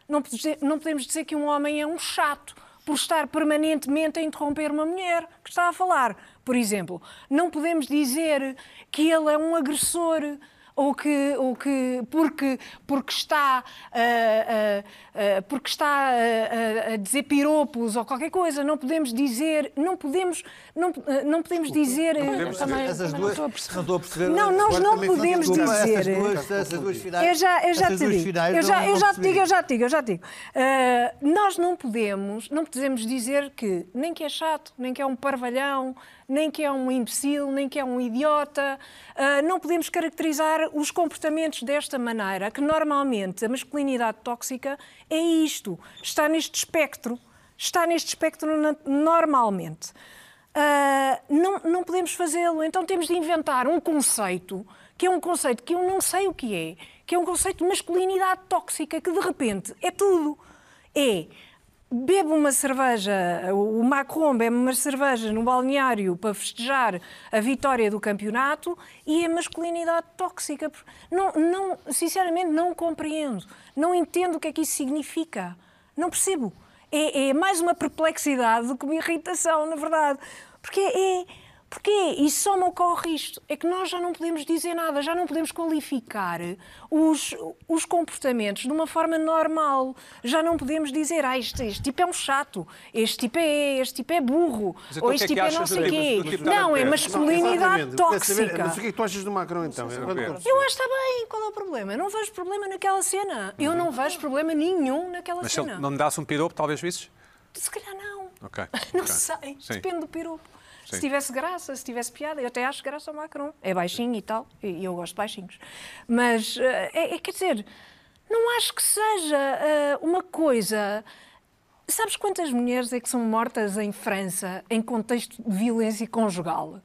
S5: Não, pode- não podemos dizer que um homem é um chato por estar permanentemente a interromper uma mulher que está a falar, por exemplo. Não podemos dizer que ele é um agressor ou que, ou que porque, porque está, ah, ah, ah, porque está ah, ah, a dizer piropos ou qualquer coisa, não podemos dizer, não podemos, não, ah, não podemos dizer. eh,
S1: podemos
S5: também-
S3: dizer.
S4: Essas
S3: também
S4: duas,
S3: não estou a perceber.
S4: não estou a perceber.
S5: Não, nós
S2: Agora
S5: não
S2: também faz
S5: podemos
S2: tudo.
S4: Desculpa,
S5: dizer.
S4: Essas duas, essas duas finais.
S5: Eu já, eu já te
S4: essas duas
S5: digo.
S4: finais
S5: Eu
S4: não- é
S5: já, eu já
S4: não
S5: te
S4: percebi.
S5: digo, eu já te digo, eu já te digo. Ah, nós não podemos, não podemos dizer que nem que é chato, nem que é um parvalhão, nem que é um imbecil, nem que é um idiota. Ah, não podemos caracterizar os comportamentos desta maneira, que normalmente a masculinidade tóxica é isto, está neste espectro, está neste espectro na- normalmente. Ah, não, não podemos fazê-lo. Então temos de inventar um conceito, que é um conceito que eu não sei o que é, que é um conceito de masculinidade tóxica, que de repente é tudo. É bebe uma cerveja, o Macron bebe uma cerveja no balneário para festejar a vitória do campeonato e é masculinidade tóxica. Não, não, sinceramente, não compreendo. Não entendo o que é que isso significa. Não percebo. É, é mais uma perplexidade do que uma irritação, na verdade. Porque é. Porquê? E só me ocorre isto. É que nós já não podemos dizer nada, já não podemos qualificar os, os comportamentos de uma forma normal. Já não podemos dizer, ah, este, este tipo é um chato, este tipo é, este tipo é burro,
S1: Mas então
S5: ou
S1: o que
S5: este
S1: é que
S5: tipo é
S1: achas
S5: não
S1: do
S5: sei
S1: tipo-
S5: quê.
S1: do tipo que está
S5: Não,
S1: na
S5: é
S1: perna?
S5: masculinidade
S2: Não, exatamente. Eu queria saber-
S5: tóxica.
S2: Mas o que é que tu achas do Macron, então?
S4: é
S2: Enquanto
S1: Pedro.
S2: conversas.
S5: Eu acho que está bem, qual é o problema? Eu não vejo problema naquela cena. Eu não vejo problema nenhum naquela
S1: Mas se ele
S5: cena.
S1: não me dasse um piropo, talvez visses?
S5: Se calhar não.
S1: Ok,
S5: Não
S1: ok.
S5: sei.
S1: Sim.
S5: Depende do piropo.
S1: Sim.
S5: Se tivesse graça, se tivesse piada, eu até acho graça ao Macron. É baixinho e tal, e eu gosto de baixinhos. Mas, eh, é, é- quer dizer, não acho que seja eh, uma coisa. Sabes quantas mulheres é que são mortas em França em contexto de violência conjugal?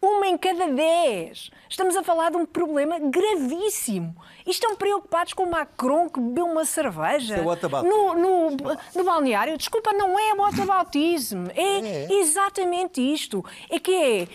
S5: Uma em cada dez. Estamos a falar de um problema gravíssimo. E estão preocupados com o Macron que bebeu uma cerveja
S4: é o atabaque.
S5: no, no, no balneário, desculpa, não é whataboutism. É, exatamente isto. É que é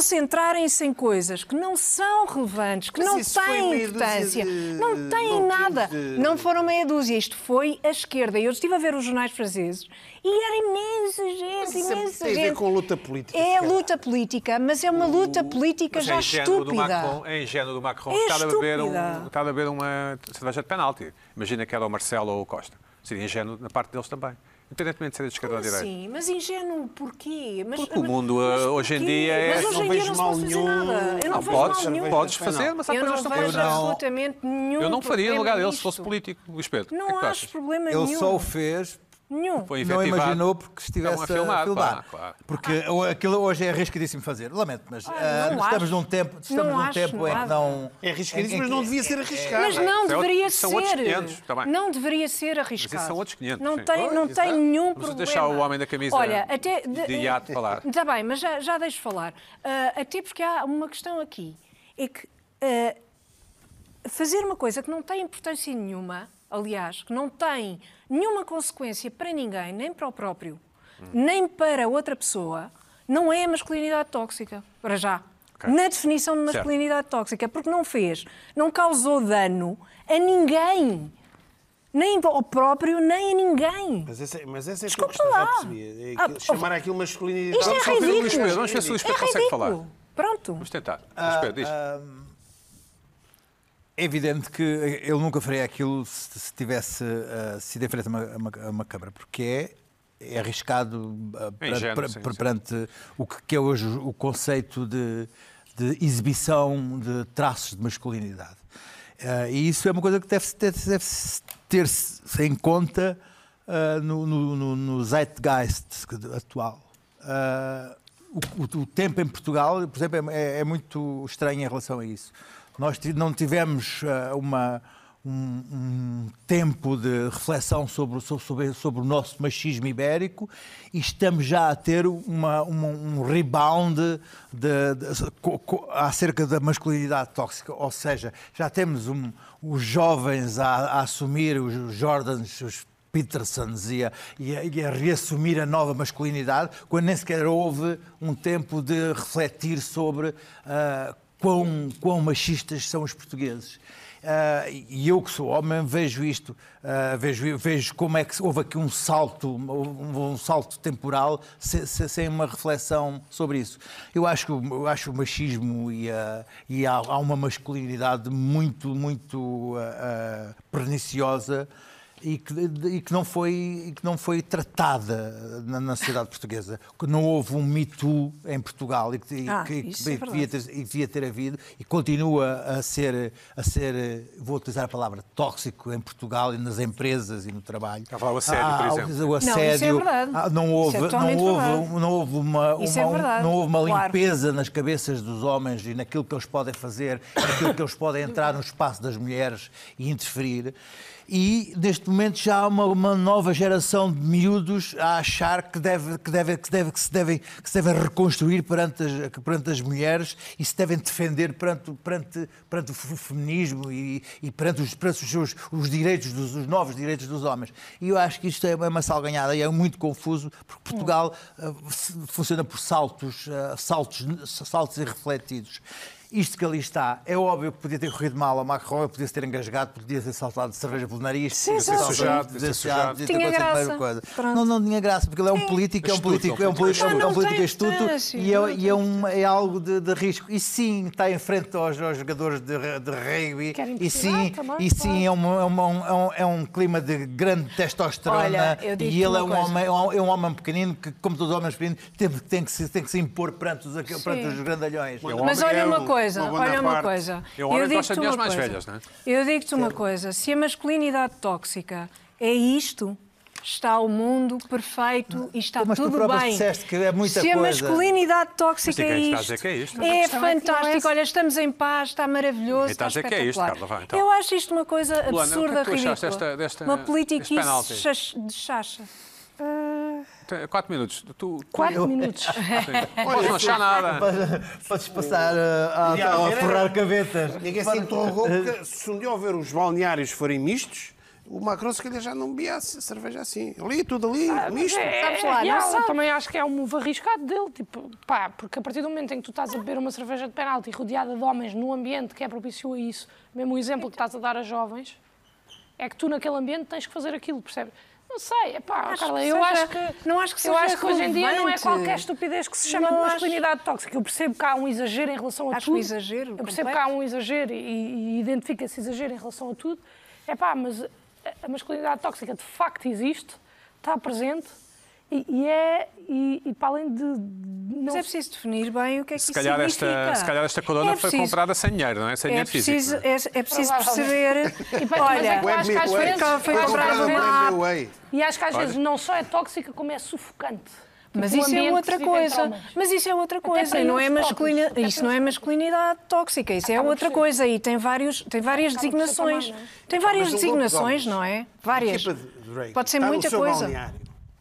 S5: concentrarem-se em coisas que não são relevantes, que
S2: Mas
S5: não
S2: isso foi
S5: têm
S2: meia dúzia
S5: importância,
S2: de-
S5: não têm
S2: não
S5: nada.
S2: temos de-
S5: Não foram meia dúzia, isto foi a esquerda. Eu estive a ver os jornais franceses e era imensa gente,
S2: isso é
S5: imensa
S2: tem a ver
S5: gente.
S2: com luta política, se
S5: É
S2: calhar.
S5: luta política, mas é uma luta política
S1: Mas
S5: já
S1: é ingênuo do
S5: estúpida.
S1: Macron, é ingênuo do Macron
S5: É
S1: estar, a beber
S5: estúpida.
S1: um, estar a beber uma cerveja de penalti. Imagina que era o Marcelo ou o Costa. Seria ingênuo na parte deles também. Independentemente de ser de esquerda ou de direita.
S5: Sim, mas ingênuo porquê? Mas,
S1: Porque o mundo, eh, hoje em
S5: porquê?
S1: dia é-
S5: Mas hoje
S2: Não
S5: em
S2: vejo
S5: dia não se
S2: mal
S5: pode fazer
S2: nenhum.
S5: nada. Eu não,
S2: Não,
S5: vejo
S1: podes,
S5: mal nenhum.
S1: podes
S2: Penal.
S1: fazer, mas há
S5: eu
S1: coisas
S5: não
S1: que estão
S5: vejo
S1: feitas.
S5: absolutamente nenhum
S1: Eu não faria no
S5: problema
S1: lugar dele se
S5: nisto.
S1: fosse político, Luís Pedro. O que é
S5: Não
S1: que tu
S5: acho
S1: achas?
S5: problema
S4: Ele
S5: nenhum.
S4: só o fez
S5: Nenhum.
S1: Foi
S4: Não
S1: efetivado.
S4: imaginou porque estivesse
S1: Estavam
S4: a
S1: a filmar,
S4: filmar.
S1: pá, claro.
S4: Porque o- aquilo hoje é arriscadíssimo fazer. Lamento, mas ah,
S5: não
S4: estamos
S5: acho.
S4: num tempo,
S5: Não
S4: estamos num
S5: acho
S4: tempo em que
S5: nada.
S4: não.
S2: É arriscadíssimo, mas não devia ser arriscado.
S5: Mas
S1: bem,
S5: não
S1: isso é outro-
S5: deveria
S1: isso
S5: ser.
S1: são outros 500, está bem.
S5: Não deveria ser arriscado.
S1: são outros 500,
S5: Não
S1: sim.
S5: tem, não
S1: Pois,
S5: tem
S1: exato.
S5: nenhum
S1: Vamos
S5: problema.
S1: deixar o homem da camisa
S5: Olha, até
S1: de iate falar.
S5: Está bem, mas já, já deixo falar. Ah, até porque há uma questão aqui. É que ah, fazer uma coisa que não tem importância nenhuma, aliás, que não tem nenhuma consequência para ninguém, nem para o próprio, nem para outra pessoa, não é a masculinidade tóxica, para já.
S1: Ok.
S5: Na definição de
S1: Certo.
S5: masculinidade tóxica, porque não fez, não causou dano a ninguém, nem ao próprio, nem a ninguém.
S1: Então,
S2: Mas essa, mas essa é a
S5: Desculpa
S2: questão, já
S5: lá.
S2: percebi. É
S5: Ah,
S2: aquilo- chamar aquilo masculinidade.
S5: Isto é
S1: Vamos só ouvir o Luís
S5: ridículo.
S1: Pedro, vamos ver se o Luís
S5: é
S1: Pedro consegue falar.
S5: ridículo. Pronto.
S1: Vamos tentar. Luís Pedro, diz.
S4: É evidente que ele nunca faria aquilo se, se tivesse ah, sido em frente a uma, a uma- a uma câmara, porque é, é arriscado ah, perante,
S1: É ingênuo,
S4: per-
S1: sim,
S4: per-
S1: sim.
S4: perante o que, que é hoje o conceito de, de exibição de traços de masculinidade. Ah, e isso é uma coisa que deve-se ter, deve ter em conta ah, no, no- no- no zeitgeist atual. Ah, o, o- o tempo em Portugal, por exemplo, é, é muito estranho em relação a isso. Nós ti- não tivemos ah, uma, um, um tempo de reflexão sobre, o- sobre, sobre, sobre o nosso machismo ibérico e estamos já a ter uma, uma- um rebound de, de, co- co- acerca da masculinidade tóxica. Ou seja, já temos um- os jovens a, a assumir os Jordans, os Petersons e a, e a- e a reassumir a nova masculinidade, quando nem sequer houve um tempo de refletir sobre ah, quão, quão machistas são os portugueses. Ah, e eu que sou homem vejo isto, ah, vejo, vejo como é que houve aqui um salto, um, um salto temporal se- se- sem uma reflexão sobre isso. Eu acho que o- eu acho o machismo e, a- e há, há uma masculinidade muito, muito ah, ah, perniciosa e que, e que não foi, e que não foi tratada na, na sociedade portuguesa. Que não houve um Me Too em Portugal e que, e
S5: Ah,
S4: que- e que
S5: isso é
S4: devia, ter, e devia ter havido e continua a ser, a ser, vou utilizar a palavra, tóxico em Portugal e nas empresas e no trabalho. Ah,
S1: Estava lá o assédio, por exemplo.
S4: O
S5: isso é
S4: assédio,
S5: verdade.
S4: ah, não
S5: Isso é
S4: houve, não
S5: totalmente
S4: houve, um
S5: verdade.
S4: não houve uma,
S5: Isso é
S4: uma- um-
S5: verdade,
S4: não houve uma
S5: claro.
S4: limpeza nas cabeças dos homens e naquilo que eles podem fazer, naquilo que eles podem entrar no espaço das mulheres e interferir. E neste momento já há uma, uma nova geração de miúdos a achar que, deve, que, deve, que, deve, que, se, devem, que se devem reconstruir perante as, que perante as mulheres e se devem defender perante, perante, perante o fe- feminismo e, e perante, os, perante os, seus, os direitos dos os novos direitos dos homens. E eu acho que isto é uma salganhada e é muito confuso porque Portugal ah, se- funciona por saltos, ah, saltos, saltos irrefletidos. Isto que ali está, é óbvio que podia ter corrido mal ao Macron, podia se ter engasgado, podia ter saltado de cerveja pelo nariz,
S5: Sim,
S1: sim, sim. Sujado,
S4: podia ter
S1: sim, sujado.
S4: podia ter
S5: Tinha
S4: acontecido mais
S5: graça.
S4: coisa.
S5: Pronto.
S4: Não, não tinha graça, porque ele é um político, é um
S1: Astuto,
S4: político, é um político,
S5: Ah,
S4: é um
S5: não
S4: político
S5: tem
S4: astuto
S5: importância,
S4: e é,
S5: não
S4: e é, um- é algo de, de risco. E sim, está em frente aos, aos jogadores de, de rugby.
S3: Querem
S4: E sim,
S3: pressionar também,
S4: e sim é, um, é, um, é, um, é um clima de grande testosterona.
S5: Olha, eu digo-te
S4: e ele é um,
S5: uma coisa.
S4: homem, é um- é um homem pequenino que, como todos os homens pequeninos, tem, tem, que, se, tem que se impor perante os, perante os grandalhões.
S1: Eu-
S5: Mas
S1: homem
S5: olha
S1: é
S5: uma
S1: um-
S5: coisa,
S1: uma boa
S5: olha uma
S1: parte.
S5: coisa.
S1: É um homem que
S5: digo-te
S1: gosta de mulheres
S5: uma
S1: mais
S5: coisa.
S1: velhas, não é?
S5: Eu digo-te uma coisa, se a masculinidade tóxica é isto, está o mundo perfeito e está
S4: Mas tu
S5: tudo
S4: próprio
S5: bem.
S4: disseste que é muita
S5: se a
S4: coisa.
S5: masculinidade tóxica
S1: Mas
S5: é
S1: ninguém está a
S5: isto,
S1: dizer que é isto.
S5: é
S3: questão é que não é
S5: fantástico,
S3: essa.
S5: olha, estamos em paz, está maravilhoso,
S1: Ninguém está a
S5: está
S1: dizer que é isto,
S5: espetacular.
S1: Carla, vai, então.
S5: Eu acho isto uma coisa
S1: Luana, o que é que
S5: absurda,
S1: tu achaste
S5: ridícula.
S1: desta- desta-
S5: uma
S1: deste
S5: politiquice
S1: penalti?
S5: chach- de chacha.
S1: Tem Quatro minutos. Tu- Tu,
S3: Quatro minutos.
S5: É
S1: Não podes não achar nada.
S4: Podes passar ah, a, a, a forrar cabetas.
S2: Ninguém se interrogou porque se um dia houver os balneários forem mistos, o Macron se calhar já não bebia a cerveja assim. Ali, tudo ali,
S5: Ah,
S2: misto.
S5: Sabes lá,
S3: Yeah,
S5: não
S3: eu
S5: sabe.
S3: também acho que é um move arriscado dele, tipo, pá, porque a partir do momento em que tu estás a beber uma cerveja de penalti rodeada de homens num ambiente que é propício a isso, mesmo o exemplo que estás a dar a jovens, é que tu naquele ambiente tens que fazer aquilo, percebes? Não sei, é pá,
S5: Acho
S3: Carla,
S5: que
S3: eu
S5: seja-
S3: acho que.
S5: não acho que
S3: eu
S5: seja
S3: acho que hoje em dia não é
S5: relevante.
S3: qualquer estupidez que se chama de
S5: Não acho.
S3: masculinidade tóxica. Eu percebo que há um exagero em relação a
S5: Acho
S3: tudo.
S5: um exagero
S3: Eu percebo
S5: completo.
S3: que há um exagero e, e identifica-se exagero em relação a tudo. É pá, mas a, a masculinidade tóxica de facto existe, está presente E, e é, e, e para além de não
S5: Mas é preciso definir bem o que é que
S1: Se
S5: isso
S1: calhar,
S5: significa.
S1: esta, se calhar esta corona
S5: É
S1: foi
S5: preciso-
S1: comprada sem dinheiro, não é? Sem
S5: É
S1: dinheiro
S5: preciso,
S1: físico.
S5: é, é preciso perceber.
S3: Provavelmente. E para- mas é
S5: Olha,
S3: que eu acho que às
S5: Web
S3: vezes,
S5: Me Way.
S3: eu
S5: Foi
S3: acho que às vezes-
S2: pela
S5: comprada
S2: Web Me Way.
S3: e acho que às vezes não só é tóxica, como é sufocante.
S5: Mas
S3: Porque o
S5: isso é
S3: ambiente
S5: outra
S3: que se vive entre
S5: coisa.
S3: homens.
S5: Mas isso é outra
S3: para
S5: coisa. Não
S3: eles
S5: é
S3: próprios.
S5: masculina,
S3: Até
S5: isso
S3: para
S5: não é masculinidade tóxica. Isso é
S3: Acaba por
S5: outra
S3: ser.
S5: coisa. E tem, vários, tem várias
S3: Acaba por ser
S5: designações.
S3: também, não é?
S5: Tem várias
S2: Mas o lobo de homens,
S5: designações, não é?
S2: a
S5: Várias.
S2: equipa de Drake
S5: Pode ser
S2: está no
S5: muita
S2: seu
S5: coisa.
S2: balneário.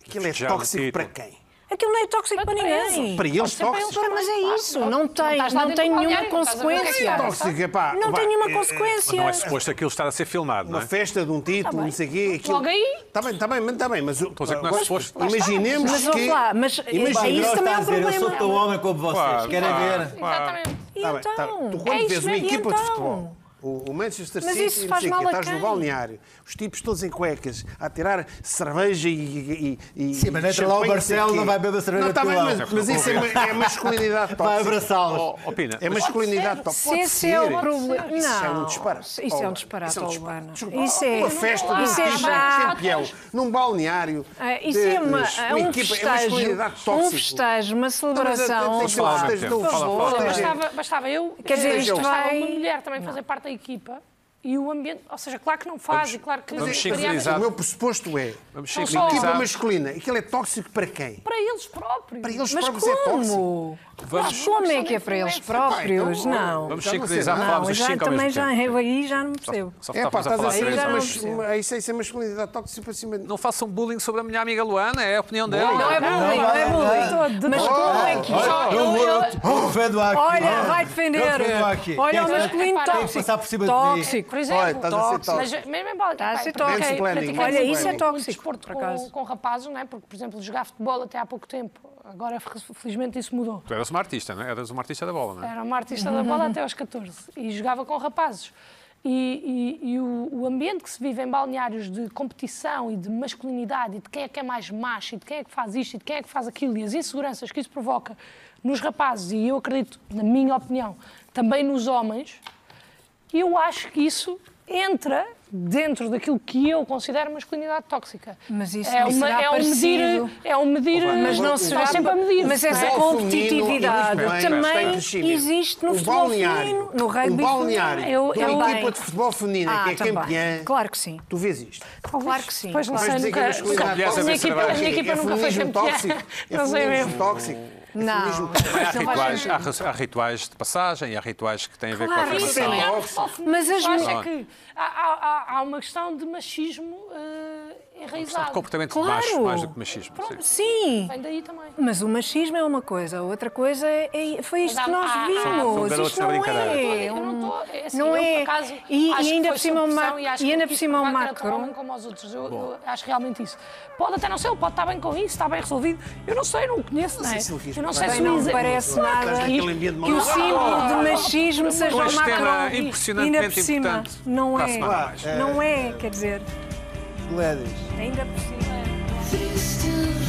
S2: Aquilo é
S1: Já
S2: tóxico
S1: repito.
S2: para quem?
S5: Aquilo não é tóxico para ninguém.
S2: Para eles, tóxico.
S5: Mas é isso, não tem-
S3: estás lá
S5: não
S3: dentro
S5: tem
S3: do
S5: nenhuma
S3: balneário, não estás a ver o que é que
S5: consequência.
S3: há.
S2: Tóxico, é pá.
S5: Não
S2: vá,
S5: tem nenhuma
S2: é-
S5: consequência. Tá
S1: Não é suposto aquilo estar a ser filmado, não
S2: Uma
S1: é?
S2: festa de um título, não sei o quê. aquilo-
S3: Logo aí-
S2: Está bem, está bem, mas está bem. Mas,
S1: a dizer que não é suposto.
S2: Imaginemos
S5: Mas
S2: que...
S5: vamos lá, mas
S2: Imagina-
S5: é isso também é
S6: a
S5: um
S6: dizer, Eu sou tão
S5: problema.
S6: homem como vocês,
S1: Pá,
S6: querem
S1: pá.
S6: ver?
S3: Exatamente.
S5: E
S2: Tá bem, tá bem.
S5: então?
S2: Tu quando
S5: É
S2: vês
S5: isso
S2: uma
S5: mesmo, e
S2: equipa de
S5: então?
S2: futebol, o o Manchester
S5: Mas
S2: City,
S5: isso
S2: não
S5: faz
S2: sei o quê,
S5: mal a
S2: estás no
S5: quem?
S2: balneário, os tipos todos em cuecas, a tirar cerveja e. e, e
S6: Sim, mas não
S2: e
S6: entra lá o
S2: champanhe, não sei
S6: Barcelo,
S2: quê.
S6: não vai beber cerveja
S2: Não, tá bem,
S6: pela-
S2: mas, mas isso é, ma- é masculinidade tóxica.
S6: Vai abraçá-los.
S1: Oh, oh, Pina,
S2: É
S1: mas-
S2: masculinidade tóxica.
S5: Se
S2: Pode
S5: esse é o
S2: ser.
S5: problema.
S2: Isso é um
S5: Não,
S2: disparate.
S5: Isso é
S2: Olha,
S5: um disparate,
S2: isso é um disparate.
S5: Albano.
S2: Desculpa,
S5: Isso é.
S2: Uma festa de um
S5: Isso é
S2: tipo
S5: já.
S2: campeão, num balneário.
S5: Ah, Isso é,
S2: de-
S5: uma,
S2: mas
S5: é um
S2: equipa- é
S5: festejo,
S2: masculinidade
S5: um
S2: tóxica.
S5: festejo, uma
S2: Não,
S5: celebração.
S2: mas eh, tem- tem
S5: pá.
S2: que ser um
S1: festejo,
S5: Por
S1: fala, fala,
S5: favor.
S1: fala.
S3: Bastava, bastava eu,
S5: Quer dizer,
S3: eh,
S5: isto
S3: bastava
S5: vai-
S3: uma mulher também fazer parte da equipa e o ambiente, ou seja, claro que não faz e claro que
S1: vamos
S3: cria-
S1: sincronizar.
S2: O meu pressuposto é
S1: Vamos
S3: Não só-
S2: uma equipa
S1: sincronizar.
S2: masculina. Aquilo é tóxico para quem?
S3: para eles próprios.
S2: Para eles
S5: Mas
S2: próprios é tóxico.
S5: como? Mas como é que é para eles próprios?
S2: Pá, então,
S5: Não.
S1: Vamos
S2: Já não sei
S1: sincronizar,
S2: nada.
S1: falámos
S5: Não,
S1: os
S5: já,
S1: cinco ao
S5: também
S1: mesmo
S5: já,
S1: tempo.
S5: eu aí já não percebo.
S1: Só
S2: É, pá,
S1: estávamos a
S2: estás
S1: falar
S2: a
S5: dizer
S1: três
S5: já
S1: ao
S5: não-
S1: mesmo
S2: ser
S1: tempo.
S5: percebo.
S2: isso. Isso é- isso é masculinidade tóxica para cima.
S1: Não façam bullying sobre a minha amiga Luana, é a opinião dela.
S5: Não é bullying, não é bullying. Mas como é que.
S3: Só-
S4: um
S3: eu- eu-
S6: Defendo aqui.
S5: Olha, vai
S6: Eu
S5: defender.
S6: defendo aqui.
S5: Olha o
S6: Tem
S4: é
S6: que-
S5: masculino
S3: tem que
S5: tóxico.
S6: passar por cima de mim.
S5: Tóxico.
S3: Por
S2: Olha,
S3: exemplo,
S2: estás a ser
S3: mas
S2: tóxico.
S3: mesmo em bola.
S5: Está Tá a ser
S2: tóxico. Mansplaining,
S5: Olha, isso é
S2: mansplaining.
S5: tóxico,
S3: um desporto
S5: por
S3: com,
S5: acaso.
S3: com rapazes, não é? Porque, por exemplo, jogar futebol até há pouco tempo. Agora, felizmente, isso mudou.
S1: Tu eras uma artista, não é? Eras uma artista da bola, não é?
S3: Era uma artista da bola até aos 14 e jogava com rapazes. E, e- e o, o ambiente que se vive em balneários de competição e de masculinidade e de quem é que é mais macho e de quem é que faz isto e de quem é que faz aquilo e as inseguranças que isso provoca nos rapazes e eu acredito, na minha opinião, também nos homens, eu acho que isso entra dentro daquilo que eu considero masculinidade tóxica.
S5: Mas isso
S3: é
S5: não será
S3: é um medir,
S5: parecido?
S3: é um medir,
S5: Mas não será-
S3: está sempre a medir.
S5: Mas
S3: não
S5: essa
S3: é?
S5: competitividade também existe no
S2: o
S5: futebol
S2: balneário,
S5: feminino, no rugby
S2: um
S5: feminino.
S2: balneário,
S3: Eu-
S2: de uma
S3: eu-
S2: equipa de futebol feminina
S5: Ah,
S2: que é
S5: também.
S2: campeã.
S5: Claro que sim.
S2: Tu vês isto.
S5: Claro que sim.
S3: Pois não
S2: Vais
S3: sei,
S2: dizer que é
S3: nunca, nunca,
S2: masculinidade
S1: Aliás,
S3: a minha
S1: essa
S3: equipa,
S1: era
S3: a minha
S1: a
S3: equipa
S2: é
S3: nunca foi
S2: feminismo
S3: campeã.
S2: tóxico. É
S3: não sei
S2: feminismo
S3: mesmo.
S2: tóxico. É
S5: Não.
S2: feminismo-
S1: Há
S5: Não vai
S1: rituais, há, ri- há rituais de passagem, há rituais que têm a ver com a
S5: Claro,
S1: formação.
S5: isso
S2: um
S5: é
S3: Mas
S5: Mas as
S3: as acho é
S5: mulheres-
S3: que há, há, há- há uma questão de machismo eh,
S1: Só de
S3: enraizado.
S1: comportamento
S5: Claro.
S1: baixo, mais do que machismo. sim.
S5: Sim.
S3: Vem daí também.
S5: Mas o machismo é uma coisa, a outra coisa é, é- foi isto
S3: Mas há-
S5: que nós
S3: há- há-
S1: São- são
S5: vimos.
S1: garotos
S5: isto
S1: na
S5: não
S1: brincadeira.
S5: é.
S3: Eu não estou. é assim,
S5: não
S3: eu,
S5: é.
S3: Por acaso,
S5: e,
S3: acho
S5: e
S3: que
S5: ainda
S3: foi
S5: por cima o
S3: sob pressão
S5: Mac-
S3: e acho
S5: e
S3: que
S5: ainda
S3: eu
S5: por
S3: quis
S5: cima o
S3: provar que era tão
S5: Macron.
S3: homem como os outros. Eu, eu acho realmente isso. Pode até não ser, ele pode estar bem com isso, está bem resolvido. Eu não sei, eu não o conheço, não é?
S2: se ele quis
S3: Eu não sei
S2: provar.
S3: se
S5: Bem,
S3: o
S5: não
S3: Isa-
S5: parece
S3: Claro que
S5: nada
S2: estás naquele ambiente
S5: que o
S2: maluco.
S5: símbolo de machismo seja
S1: Com
S5: o
S1: este tema
S5: Macron.
S1: impressionantemente
S5: ainda por cima,
S1: importante,
S5: não
S1: para a
S5: é.
S1: semana mais.
S5: Não é, quer dizer,
S6: Gladys.
S5: ainda por cima.
S7: Please do